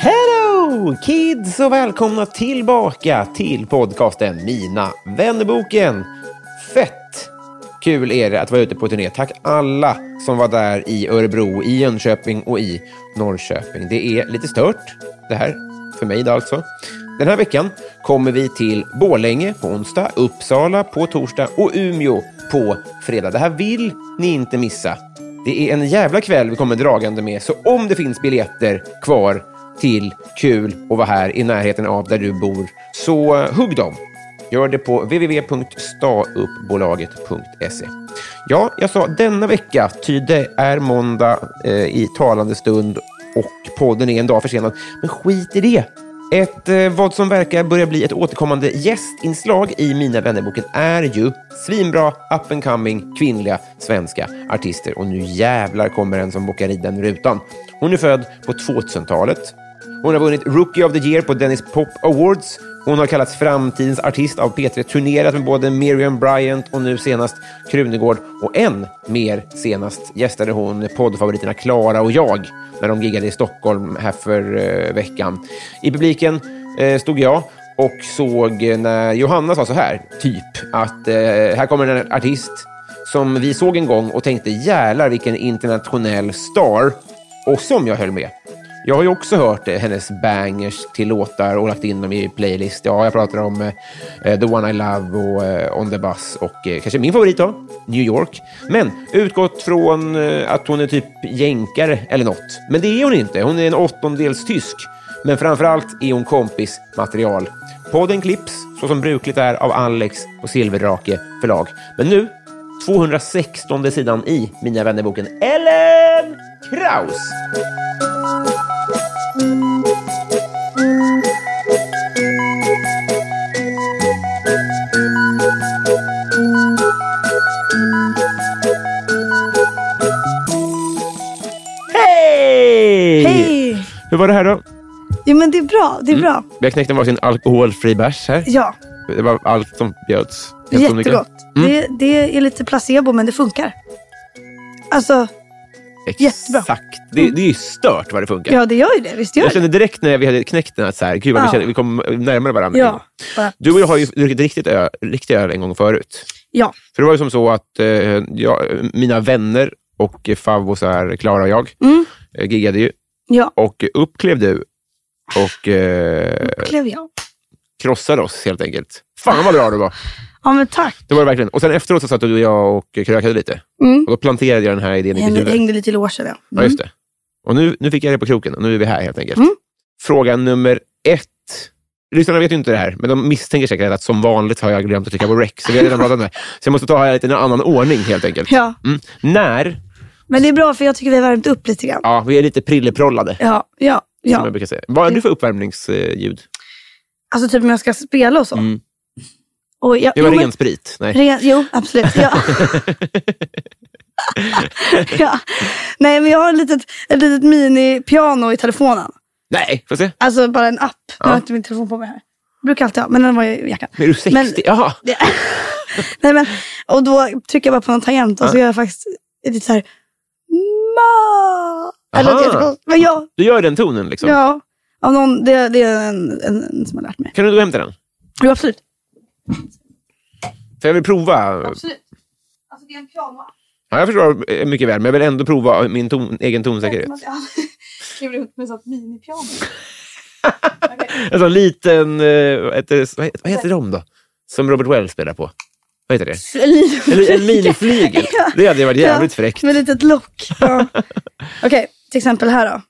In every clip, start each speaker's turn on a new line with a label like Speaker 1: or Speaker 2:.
Speaker 1: Hello kids och välkomna tillbaka till podcasten Mina vännerboken. Fett kul är det att vara ute på turné. Tack alla som var där i Örebro, i Jönköping och i Norrköping. Det är lite stört det här, för mig då alltså. Den här veckan kommer vi till Borlänge på onsdag, Uppsala på torsdag och Umeå på fredag. Det här vill ni inte missa. Det är en jävla kväll vi kommer dragande med, så om det finns biljetter kvar till kul och vara här i närheten av där du bor, så eh, hugg dem. Gör det på www.stauppbolaget.se. Ja, jag sa denna vecka, ty det är måndag eh, i talande stund och podden är en dag försenad. Men skit i det! Ett, eh, vad som verkar börja bli ett återkommande gästinslag i Mina vännerboken är ju svinbra, up and coming, kvinnliga svenska artister. Och nu jävlar kommer en som bockar i den rutan. Hon är född på 2000-talet. Hon har vunnit Rookie of the Year på Dennis Pop Awards. Hon har kallats framtidens artist av P3, turnerat med både Miriam Bryant och nu senast Krunegård. Och än mer senast gästade hon poddfavoriterna Klara och jag när de giggade i Stockholm här för eh, veckan. I publiken eh, stod jag och såg eh, när Johanna sa så här, typ, att eh, här kommer en artist som vi såg en gång och tänkte jävlar vilken internationell star. Och som jag höll med. Jag har ju också hört eh, hennes bangers till låtar och lagt in dem i playlist. Ja, jag pratar om eh, The One I Love och eh, On the Bus och eh, kanske min favorit då, New York. Men utgått från eh, att hon är typ jänkare eller något. Men det är hon inte. Hon är en åttondels tysk. Men framför allt är hon kompismaterial. Podden klipps, så som brukligt är, av Alex och Silverdrake förlag. Men nu 216 sidan i Mina vännerboken Ellen Kraus. Hej! Mm.
Speaker 2: Hej!
Speaker 1: Hur var det här då?
Speaker 2: Jo men det är bra, det är bra.
Speaker 1: Vi har knäckt en varsin alkoholfri bärs här.
Speaker 2: Ja,
Speaker 1: Det var allt som bjöds. Helt som det kan.
Speaker 2: jättegott.
Speaker 1: Mm.
Speaker 2: Det, det är lite placebo men det funkar. Alltså, Jättebra.
Speaker 1: Exakt. Det, det är ju stört vad det funkar.
Speaker 2: ja det gör ju det. Visst gör
Speaker 1: Jag
Speaker 2: det?
Speaker 1: kände direkt när vi hade knäckt den att så här, gud vad vi,
Speaker 2: Ja.
Speaker 1: kände, vi kom närmare varandra.
Speaker 2: Ja. bara-
Speaker 1: Du och jag har ju druckit riktigt öl, riktig öl en gång förut.
Speaker 2: Ja.
Speaker 1: För det var ju som så att eh, jag, mina vänner och favvosar, Klara och jag,
Speaker 2: Mm.
Speaker 1: eh, giggade ju.
Speaker 2: Ja,
Speaker 1: Och upp klev du och eh,
Speaker 2: klev jag.
Speaker 1: krossade oss helt enkelt. Fan vad bra du var.
Speaker 2: Ja men tack.
Speaker 1: Det var det verkligen. Och sen efteråt så satt du och jag och krökade lite.
Speaker 2: Mm.
Speaker 1: Och då planterade jag den här idén i ditt
Speaker 2: Hängde,
Speaker 1: huvud.
Speaker 2: hängde lite i logen Mm. ja.
Speaker 1: Ja, just det. Och nu, nu fick jag det på kroken och nu är vi här helt enkelt.
Speaker 2: Mm.
Speaker 1: Fråga nummer ett. Lyssnarna vet ju inte det här, men de misstänker säkert att som vanligt har jag glömt att trycka på rec, så vi har redan pratat om det. Så jag måste ta här lite i en annan ordning helt enkelt.
Speaker 2: Ja,
Speaker 1: Mm. När,
Speaker 2: men det är bra för jag tycker vi har värmt upp lite grann.
Speaker 1: ja vi är lite prilleprollade,
Speaker 2: Ja, ja,
Speaker 1: som jag
Speaker 2: ja.
Speaker 1: brukar säga. Vad är du för uppvärmningsljud?
Speaker 2: Alltså typ om jag ska spela och så.
Speaker 1: Mm.
Speaker 2: Och jag,
Speaker 1: Det var
Speaker 2: jo, men-
Speaker 1: ren sprit? Nej.
Speaker 2: Ren, jo, absolut. Ja. ja. Nej, men jag har ett litet, ett litet mini-piano i telefonen.
Speaker 1: Nej, får jag se?
Speaker 2: Alltså bara en app. Nu
Speaker 1: Ja.
Speaker 2: har inte min telefon på mig här. Jag brukar alltid ha, men den var ju i jackan.
Speaker 1: Men är du 60?
Speaker 2: Men-
Speaker 1: Jaha.
Speaker 2: Det- Nej, men, och då trycker jag bara på någon tangent och så gör jag faktiskt lite så här... Ma!
Speaker 1: Aha.
Speaker 2: Eller, det är jättekonstigt, men ja,
Speaker 1: Du gör den tonen liksom?
Speaker 2: ja av någon, det, det är en, en, en som har lärt mig.
Speaker 1: Kan du hämta den?
Speaker 2: Jo, absolut.
Speaker 1: För jag vill prova.
Speaker 2: absolut. Alltså, det är en piano.
Speaker 1: Ja, jag förstår eh, mycket väl, men jag vill ändå prova min ton, egen tonsäkerhet.
Speaker 2: Alltså,
Speaker 3: Kliver ut med sånt minipiano.
Speaker 1: En sån liten... eh, Vad heter, vad heter, vad heter de då? Som Robert Wells spelar på. Vad heter det? En, en miniflygel. Det hade ju varit jävligt fräckt.
Speaker 2: Med ett litet lock. Ja. Okej, till exempel här då.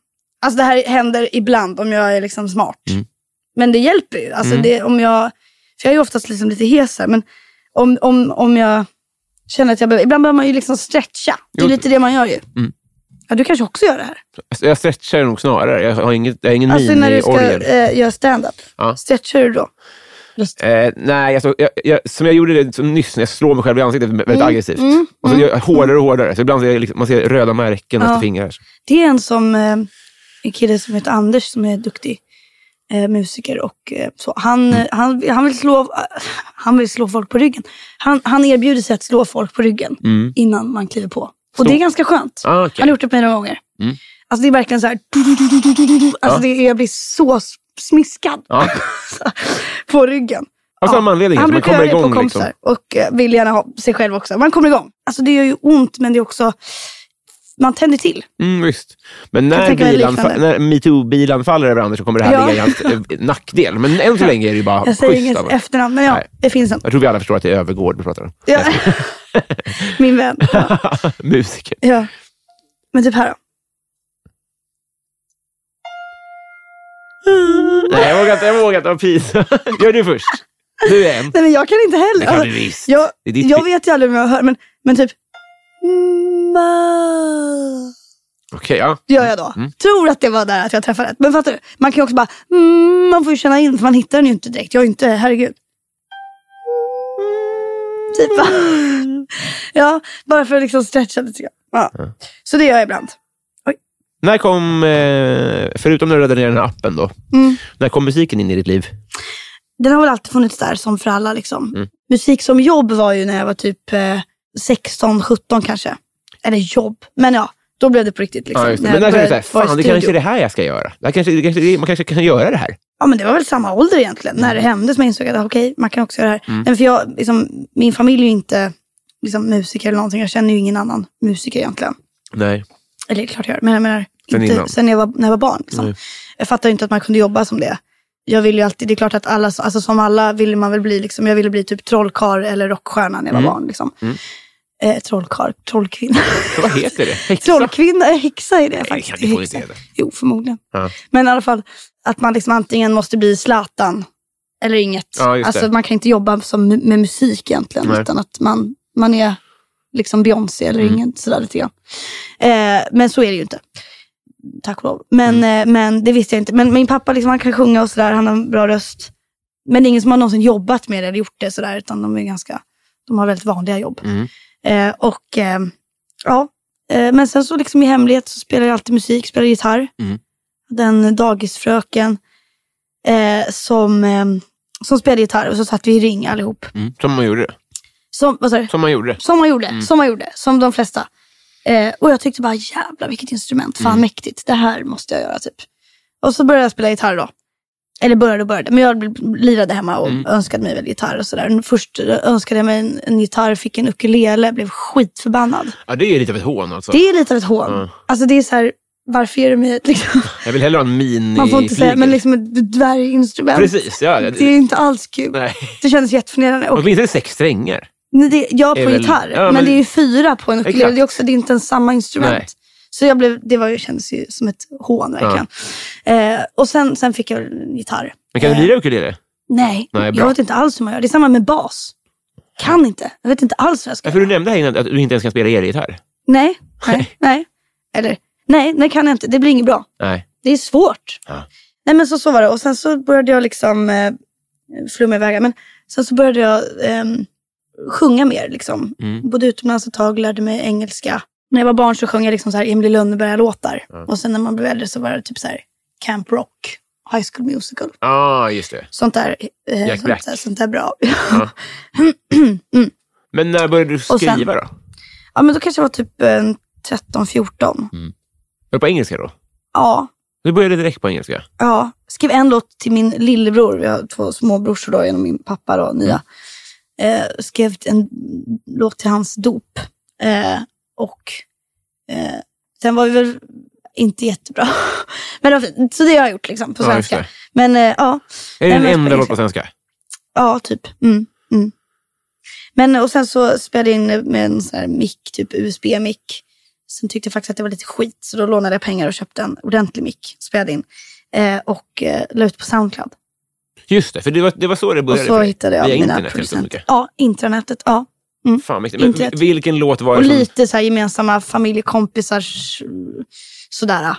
Speaker 2: Alltså det här händer ibland om jag är liksom smart.
Speaker 1: Mm.
Speaker 2: Men det hjälper ju. Alltså det, om jag, för jag är ju oftast liksom lite hes här, men om, om, om jag känner att jag behöver... Ibland behöver man ju liksom stretcha. Det är
Speaker 1: Jo.
Speaker 2: lite det man gör ju.
Speaker 1: Mm.
Speaker 2: Ja, du kanske också gör det här.
Speaker 1: Alltså, Jag stretchar ju nog snarare. Jag har, inget, jag har ingen
Speaker 2: Alltså när du ska
Speaker 1: mini-orgel.
Speaker 2: eh, göra stand-up.
Speaker 1: Ja.
Speaker 2: Stretchar du då?
Speaker 1: Eh, nej, alltså, jag, jag, som jag gjorde det som nyss när jag slår mig själv i ansiktet väldigt
Speaker 2: Mm.
Speaker 1: aggressivt. och så gör jag hårdare och hårdare. Så ibland ser jag, liksom, man ser röda märken efter fingrar.
Speaker 2: Det är en som, eh, en kille som heter Anders som är duktig eh, musiker och eh, så. Han,
Speaker 1: Mm.
Speaker 2: eh, han, han, vill slå, han vill slå folk på ryggen. Han, han erbjuder sig att slå folk på ryggen innan man kliver på. Och det är ganska skönt.
Speaker 1: Ah, Mm. okej. Mm.
Speaker 2: Han har gjort det på mig några gånger. Alltså det är verkligen så här, alltså det är, jag blir så smiskad
Speaker 1: Ja.
Speaker 2: på ryggen.
Speaker 1: Av samma anledning,
Speaker 2: Han
Speaker 1: att man
Speaker 2: brukar
Speaker 1: kommer
Speaker 2: göra det på
Speaker 1: igång, liksom.
Speaker 2: kompisar och eh, vill gärna ha sig själv också. Man kommer igång. Alltså det gör ju ont men det är också, man tänder till.
Speaker 1: Mm, visst. Men
Speaker 2: Jag
Speaker 1: när,
Speaker 2: tänker mig
Speaker 1: bilan,
Speaker 2: liknande.
Speaker 1: fa- när metoo-bilan faller över Anders så kommer det här
Speaker 2: Ja.
Speaker 1: ligga i hans eh, nackdel. Men än så länge är det ju bara
Speaker 2: Jag säger
Speaker 1: schysst
Speaker 2: inget
Speaker 1: av honom.
Speaker 2: efternamn, men ja,
Speaker 1: Nej.
Speaker 2: det finns en.
Speaker 1: Jag tror vi alla förstår att det är Övergård vi pratar om.
Speaker 2: Ja. Min vän. Ja.
Speaker 1: Musiker.
Speaker 2: ja. Men typ här då.
Speaker 1: Nej, jag vågar inte. Jag vågar inte. Vad pinsamt. Gör du först. Du är en.
Speaker 2: Nej men jag kan inte heller.
Speaker 1: Det kan du visst.
Speaker 2: Jag,
Speaker 1: Det är ditt
Speaker 2: jag
Speaker 1: fel.
Speaker 2: vet ju aldrig om jag hör, men, men typ
Speaker 1: Okej, ja.
Speaker 2: gör jag
Speaker 1: Mm.
Speaker 2: då. Tror att det var där att jag träffade rätt. Men fattar du? Man kan ju också bara, mm, man får ju känna in för man hittar den ju inte direkt. Jag är ju inte, herregud. Typ va?
Speaker 1: Mm.
Speaker 2: Ja, bara för att liksom stretcha lite grann. Ja. Så det gör jag ibland.
Speaker 1: När kom, eh, förutom när du laddade ner den här appen då,
Speaker 2: Mm.
Speaker 1: när kom musiken in i ditt liv?
Speaker 2: den har väl alltid funnits där som för alla. Liksom.
Speaker 1: Mm.
Speaker 2: Musik som jobb var ju när jag var typ eh, 16, 17 kanske. Eller jobb, men ja. Då blev det på riktigt. Liksom,
Speaker 1: Ja, just det.
Speaker 2: jag
Speaker 1: Men alltså, när kände du
Speaker 2: började
Speaker 1: såhär, fan
Speaker 2: vara
Speaker 1: det
Speaker 2: i
Speaker 1: kanske
Speaker 2: studio.
Speaker 1: är det här jag ska göra. Det här kanske, det kanske, det, man kanske kan göra det här.
Speaker 2: Ja, men det var väl samma ålder egentligen,
Speaker 1: Mm.
Speaker 2: när det hände som jag insåg att okej, man kan också göra det här. Men för jag, liksom, min familj är ju inte liksom, musiker eller någonting. Jag känner ju ingen annan musiker egentligen.
Speaker 1: Nej.
Speaker 2: Eller det är klart jag gör, men jag menar
Speaker 1: Sen
Speaker 2: inte
Speaker 1: innan.
Speaker 2: sen jag var, när jag var barn. Liksom.
Speaker 1: Nej.
Speaker 2: Jag fattar ju inte att man kunde jobba som det. Jag ville ju alltid, det är klart att alla, alltså som alla ville man väl bli, liksom, jag ville bli typ trollkar eller rockstjärna när jag var
Speaker 1: Mm.
Speaker 2: barn. Liksom. Eh, trollkar, trollkvinna.
Speaker 1: Så vad heter det? Häxa?
Speaker 2: Trollkvinna, häxa är det faktiskt.
Speaker 1: kan det få
Speaker 2: Häxa.
Speaker 1: inte heta.
Speaker 2: Jo, förmodligen.
Speaker 1: Ja.
Speaker 2: Men i alla fall, att man liksom antingen måste bli Zlatan eller inget.
Speaker 1: Ja, just det.
Speaker 2: alltså, man kan inte jobba som, mu- med musik egentligen,
Speaker 1: Nej. Mm.
Speaker 2: utan att man, man är liksom Beyoncé eller inget. Sådär lite grann. Eh, men så är det ju inte. Tack och lov. Men,
Speaker 1: Mm.
Speaker 2: eh, men det visste jag inte. Men min pappa liksom, han kan sjunga och sådär, han har en bra röst. Men det är ingen som har någonsin jobbat med det eller gjort det sådär, utan de är ganska, de har väldigt vanliga jobb.
Speaker 1: Mm.
Speaker 2: Eh, och eh, ja, eh, men sen så liksom i hemlighet så spelar jag alltid musik, spelar gitarr.
Speaker 1: Mm.
Speaker 2: Den dagisfröken eh, som, eh, som spelade gitarr och så satt vi i ring allihop.
Speaker 1: Mm. Som man gjorde det.
Speaker 2: Som, vad sa du?
Speaker 1: Som man gjorde det.
Speaker 2: Som man gjorde, som man gjorde, som de flesta. Eh, och jag tyckte bara jävlar vilket instrument, fan mäktigt, det här måste jag göra typ. Och så började jag spela gitarr då. Eller började och började, men jag lirade hemma och önskade mig väl gitarr och sådär. Först önskade jag mig en, en gitarr, fick en ukulele, blev skitförbannad.
Speaker 1: Ja, det är ju lite av ett hån alltså.
Speaker 2: Det är lite av ett hån.
Speaker 1: Ja.
Speaker 2: Alltså det är så här, varför ger du mig ett, liksom,
Speaker 1: Jag vill hellre ha en mini
Speaker 2: man får inte säga, men liksom ett dvärginstrument.
Speaker 1: Precis, ja.
Speaker 2: Det är inte alls kul.
Speaker 1: Nej.
Speaker 2: Det kändes jätteförnedrande. Och,
Speaker 1: Åtminstone sex strängar.
Speaker 2: nej, det, ja,
Speaker 1: är
Speaker 2: på
Speaker 1: väl-
Speaker 2: gitarr,
Speaker 1: ja,
Speaker 2: men,
Speaker 1: men-
Speaker 2: det är ju fyra på en ukulele.
Speaker 1: Exakt.
Speaker 2: Det är, också, det är inte ens samma instrument.
Speaker 1: Nej.
Speaker 2: Så jag blev, det var, ju- kändes ju som ett hån verkligen. Eh, och sen, sen fick jag en gitarr.
Speaker 1: Men kan du lira ukulele?
Speaker 2: Nej,
Speaker 1: Nej, bra.
Speaker 2: jag vet inte alls hur man gör. Det är samma med bas. Kan inte. Jag vet inte alls vad jag ska
Speaker 1: Ja,
Speaker 2: göra.
Speaker 1: för du nämnde här innan att du inte ens kan spela elgitarr.
Speaker 2: Nej, nej, nej. Eller, nej, nej kan jag inte. Det blir inget bra.
Speaker 1: Nej.
Speaker 2: Det är svårt.
Speaker 1: Ja.
Speaker 2: Nej men så, så var det. Och sen så började jag liksom eh, flumma iväg. Men sen så började jag ehm, sjunga mer liksom.
Speaker 1: Mm.
Speaker 2: Bodde utomlands ett tag, lärde mig engelska. När jag var barn så sjöng jag liksom så här Emily Lönneberga-låtar. Och sen när man blev äldre så var det typ så här Camp Rock, High School Musical.
Speaker 1: Ja, ah, just det.
Speaker 2: Sånt där, eh,
Speaker 1: Jack
Speaker 2: sånt,
Speaker 1: Black.
Speaker 2: där sånt där bra.
Speaker 1: Men när började du
Speaker 2: sen-
Speaker 1: skriva då?
Speaker 2: ja men då kanske jag var typ eh, 13-14.
Speaker 1: Var det på engelska då?
Speaker 2: Ja,
Speaker 1: Du började direkt på engelska?
Speaker 2: Ja, skrev en låt till min lillebror. Vi har två småbrorsor då, genom min pappa
Speaker 1: Mm.
Speaker 2: då, nya. Eh, skrev en låt till hans dop. Eh, Och eh, sen var vi väl inte jättebra. Men det var fint. så det har jag gjort liksom, på
Speaker 1: Ja, just
Speaker 2: svenska. men eh, ja,
Speaker 1: det. Är det
Speaker 2: Nej,
Speaker 1: den
Speaker 2: men-
Speaker 1: enda låt på svenska?
Speaker 2: ja, typ. Mm, mm. Men och sen så spelade jag in med en sån här mick, typ USB-mick. Sen tyckte jag faktiskt att det var lite skit, så då lånade jag pengar och köpte en ordentlig mick. Spelade in eh, och eh, la ut på Soundcloud.
Speaker 1: Just det, för det var, det var så det
Speaker 2: Och
Speaker 1: började.
Speaker 2: så
Speaker 1: för dig.
Speaker 2: hittade jag
Speaker 1: Via
Speaker 2: mina
Speaker 1: internet, helt
Speaker 2: producenter.
Speaker 1: enkelt.
Speaker 2: Ja, intranätet. Ja.
Speaker 1: Fan, mäktigt. Men
Speaker 2: internet.
Speaker 1: vilken låt var
Speaker 2: Och
Speaker 1: det som...
Speaker 2: lite så här gemensamma familjekompisars sådär.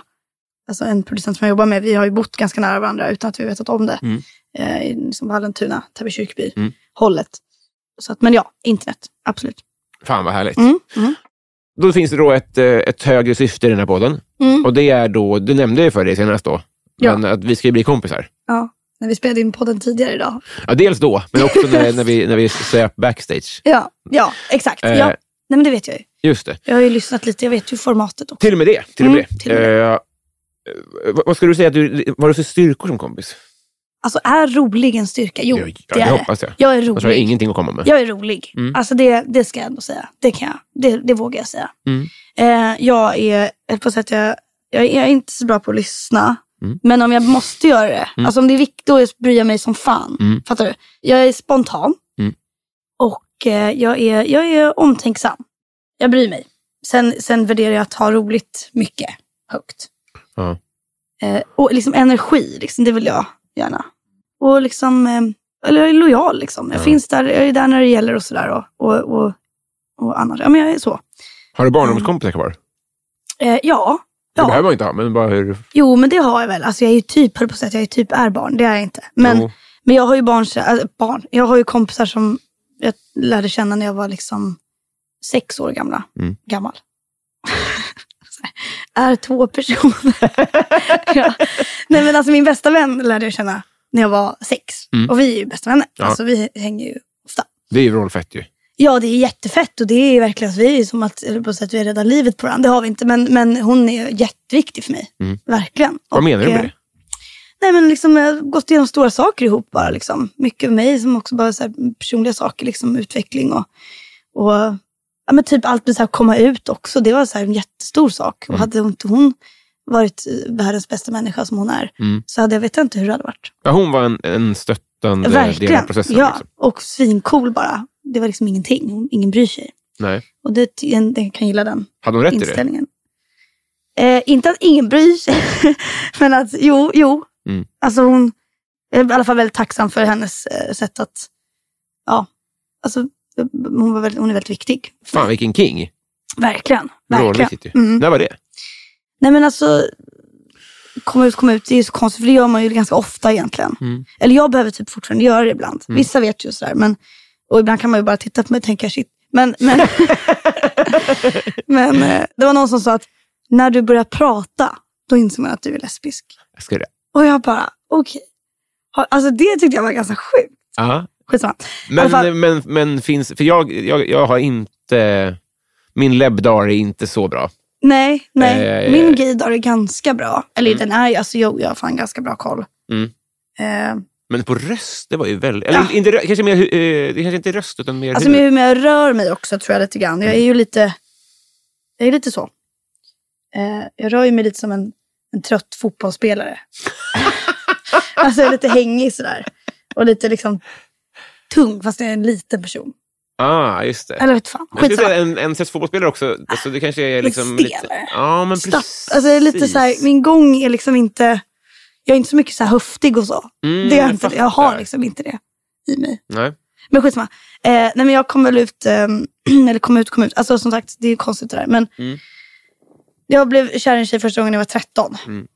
Speaker 2: Alltså en producent som jag jobbar med, vi har ju bott ganska nära varandra utan att vi vetat om det.
Speaker 1: Mm.
Speaker 2: Eh, i liksom Vallentuna, Täby kyrkby,
Speaker 1: Mm.
Speaker 2: hållet. Så att, men ja, internet, absolut.
Speaker 1: Fan vad härligt.
Speaker 2: Mm, mm,
Speaker 1: Då finns det då ett, eh, ett högre syfte i den här podden.
Speaker 2: mm.
Speaker 1: Och det är då, du nämnde ju för dig senast då,
Speaker 2: Ja.
Speaker 1: men att vi ska ju bli kompisar.
Speaker 2: Ja, när vi spelade in podden tidigare idag.
Speaker 1: Ja, dels då, men också när, när vi, när vi söp backstage.
Speaker 2: Ja, ja exakt.
Speaker 1: Eh.
Speaker 2: Ja. Nej, men det vet jag ju.
Speaker 1: Just det.
Speaker 2: Jag har ju lyssnat lite, jag vet ju formatet också.
Speaker 1: Till och med det. Till och med
Speaker 2: Mm,
Speaker 1: det.
Speaker 2: till och med
Speaker 1: Eh, vad- vad skulle du säga, att du, vad har du för styrkor som kompis?
Speaker 2: Alltså är rolig en styrka? Jo,
Speaker 1: ja,
Speaker 2: det är det.
Speaker 1: hoppas jag.
Speaker 2: Jag är
Speaker 1: Annars har jag
Speaker 2: rolig.
Speaker 1: ingenting att komma med.
Speaker 2: Jag är rolig.
Speaker 1: Mm.
Speaker 2: Alltså det, det ska jag ändå säga. Det kan jag. Det, det vågar jag säga.
Speaker 1: Mm.
Speaker 2: Eh, jag är, jag på att jag, jag är inte så bra på att lyssna.
Speaker 1: Mm.
Speaker 2: Men om jag måste göra det,
Speaker 1: Mm.
Speaker 2: alltså om det är viktigt, då bryr jag mig som fan.
Speaker 1: Mm.
Speaker 2: Fattar du? Jag är spontan.
Speaker 1: Mm.
Speaker 2: Och eh, jag, är, jag är omtänksam. Jag bryr mig. Sen, sen värderar jag att ha roligt mycket högt.
Speaker 1: Ja.
Speaker 2: Eh, och liksom energi, liksom, det vill jag gärna. Och liksom, eh, eller jag är lojal liksom. Jag
Speaker 1: Ja.
Speaker 2: finns där, jag är där när det gäller och sådär. Och, och, och, och annars, ja men jag är så.
Speaker 1: Har du barndomskompisar kvar?
Speaker 2: Eh, ja.
Speaker 1: Det
Speaker 2: ja.
Speaker 1: behöver man inte ha, men bara hur...
Speaker 2: Jo, men det har jag väl. Alltså jag är ju typ, höll på att säga att jag är typ är barn. Det är jag inte. Men,
Speaker 1: Jo.
Speaker 2: men jag har ju barn, så- alltså, barn. Jag har ju kompisar som jag lärde känna när jag var liksom sex år gamla.
Speaker 1: Mm.
Speaker 2: Gammal. Så här, är två personer. ja. Nej men alltså min bästa vän lärde jag känna när jag var sex.
Speaker 1: Mm.
Speaker 2: Och vi är ju bästa vänner.
Speaker 1: Ja.
Speaker 2: Alltså vi hänger ju ofta.
Speaker 1: Det är ju rollfett ju.
Speaker 2: Ja, det är jättefett och det är ju verkligen så vi är ju som att, eller på sätt vi räddar livet på varandra. Det har vi inte, men, men hon är jätteviktig för mig.
Speaker 1: Mm.
Speaker 2: Verkligen.
Speaker 1: Vad menar du
Speaker 2: eh,
Speaker 1: med det?
Speaker 2: Nej, men liksom, jag har gått igenom stora saker ihop bara. Liksom. Mycket med mig som också bara så här, personliga saker, liksom, utveckling och, och ja, men typ allt med så här, komma ut också. Det var så här, en jättestor sak. Och
Speaker 1: Mm.
Speaker 2: hade inte hon varit eh, världens bästa människa som hon är,
Speaker 1: Mm.
Speaker 2: så hade jag vetat inte hur det hade varit.
Speaker 1: Ja, hon var en, en stöttande del av
Speaker 2: Verkligen.
Speaker 1: processen.
Speaker 2: ja,
Speaker 1: Liksom.
Speaker 2: och svincool bara. Det var liksom ingenting. Hon- Ingen bryr sig.
Speaker 1: Nej.
Speaker 2: Och det, den, den kan gilla den
Speaker 1: Hade hon rätt i det?
Speaker 2: inställningen. Eh, inte att ingen bryr sig, men att jo, jo.
Speaker 1: Mm.
Speaker 2: Alltså hon, jag är i alla fall väldigt tacksam för hennes eh, sätt att, ja, alltså hon, var väldigt, hon är väldigt viktig.
Speaker 1: Fan vilken king.
Speaker 2: Verkligen, verkligen.
Speaker 1: Rollviktigt ju.
Speaker 2: Mm.
Speaker 1: När var det?
Speaker 2: Nej men alltså, komma ut, komma ut, det är ju så konstigt, för det gör man ju ganska ofta egentligen.
Speaker 1: Mm.
Speaker 2: Eller jag behöver typ fortfarande göra det ibland.
Speaker 1: Mm.
Speaker 2: Vissa vet ju sådär, men, och ibland kan man ju bara titta på mig och tänka shit. Men, men, men eh, det var någon som sa att när du börjar prata, då inser man att du är lesbisk.
Speaker 1: Jag Ska det?
Speaker 2: Och jag bara, okej. Har- Alltså det tyckte jag var ganska sjukt.
Speaker 1: Ja.
Speaker 2: Skitsamma. I alla fall-
Speaker 1: Men, men, men finns... För jag, jag, jag har inte... Min lebdar är inte så bra.
Speaker 2: Nej, nej.
Speaker 1: Eh,
Speaker 2: Min gaydar är ganska bra. Eller den är ju, alltså jag, jag har fan ganska bra koll.
Speaker 1: Mm.
Speaker 2: Eh,
Speaker 1: Men på röst, det var ju väldigt... Eller
Speaker 2: Ja.
Speaker 1: inte, rö- kanske mer, hu- eh, det kanske inte är röst, utan mer
Speaker 2: Alltså med hur jag rör mig också tror jag lite grann. Jag är ju lite, jag är lite så. Eh, jag rör ju mig lite som en, en trött fotbollsspelare. alltså jag är lite hängig sådär. Och lite liksom tung, fast jag är en liten person.
Speaker 1: Ah, just det.
Speaker 2: Eller vet fan,
Speaker 1: Jag skulle
Speaker 2: skitsamma.
Speaker 1: säga en, en svensk fotbollsspelare också. Alltså det kanske är liksom
Speaker 2: stelare.
Speaker 1: lite... Ja, men
Speaker 2: Stapp.
Speaker 1: precis.
Speaker 2: Alltså jag är lite så min gång är liksom inte, jag är inte så mycket så höftig och så.
Speaker 1: Mm,
Speaker 2: det är jag, inte, jag har
Speaker 1: fattar.
Speaker 2: liksom inte det i mig.
Speaker 1: Nej.
Speaker 2: Men skitsamma. Eh, nej men jag kom väl ut, ehm, eller kom ut, kom ut. Alltså som sagt, det är ju konstigt det där. Men
Speaker 1: Mm.
Speaker 2: jag blev kär i en tjej första gången jag var 13.
Speaker 1: Mm.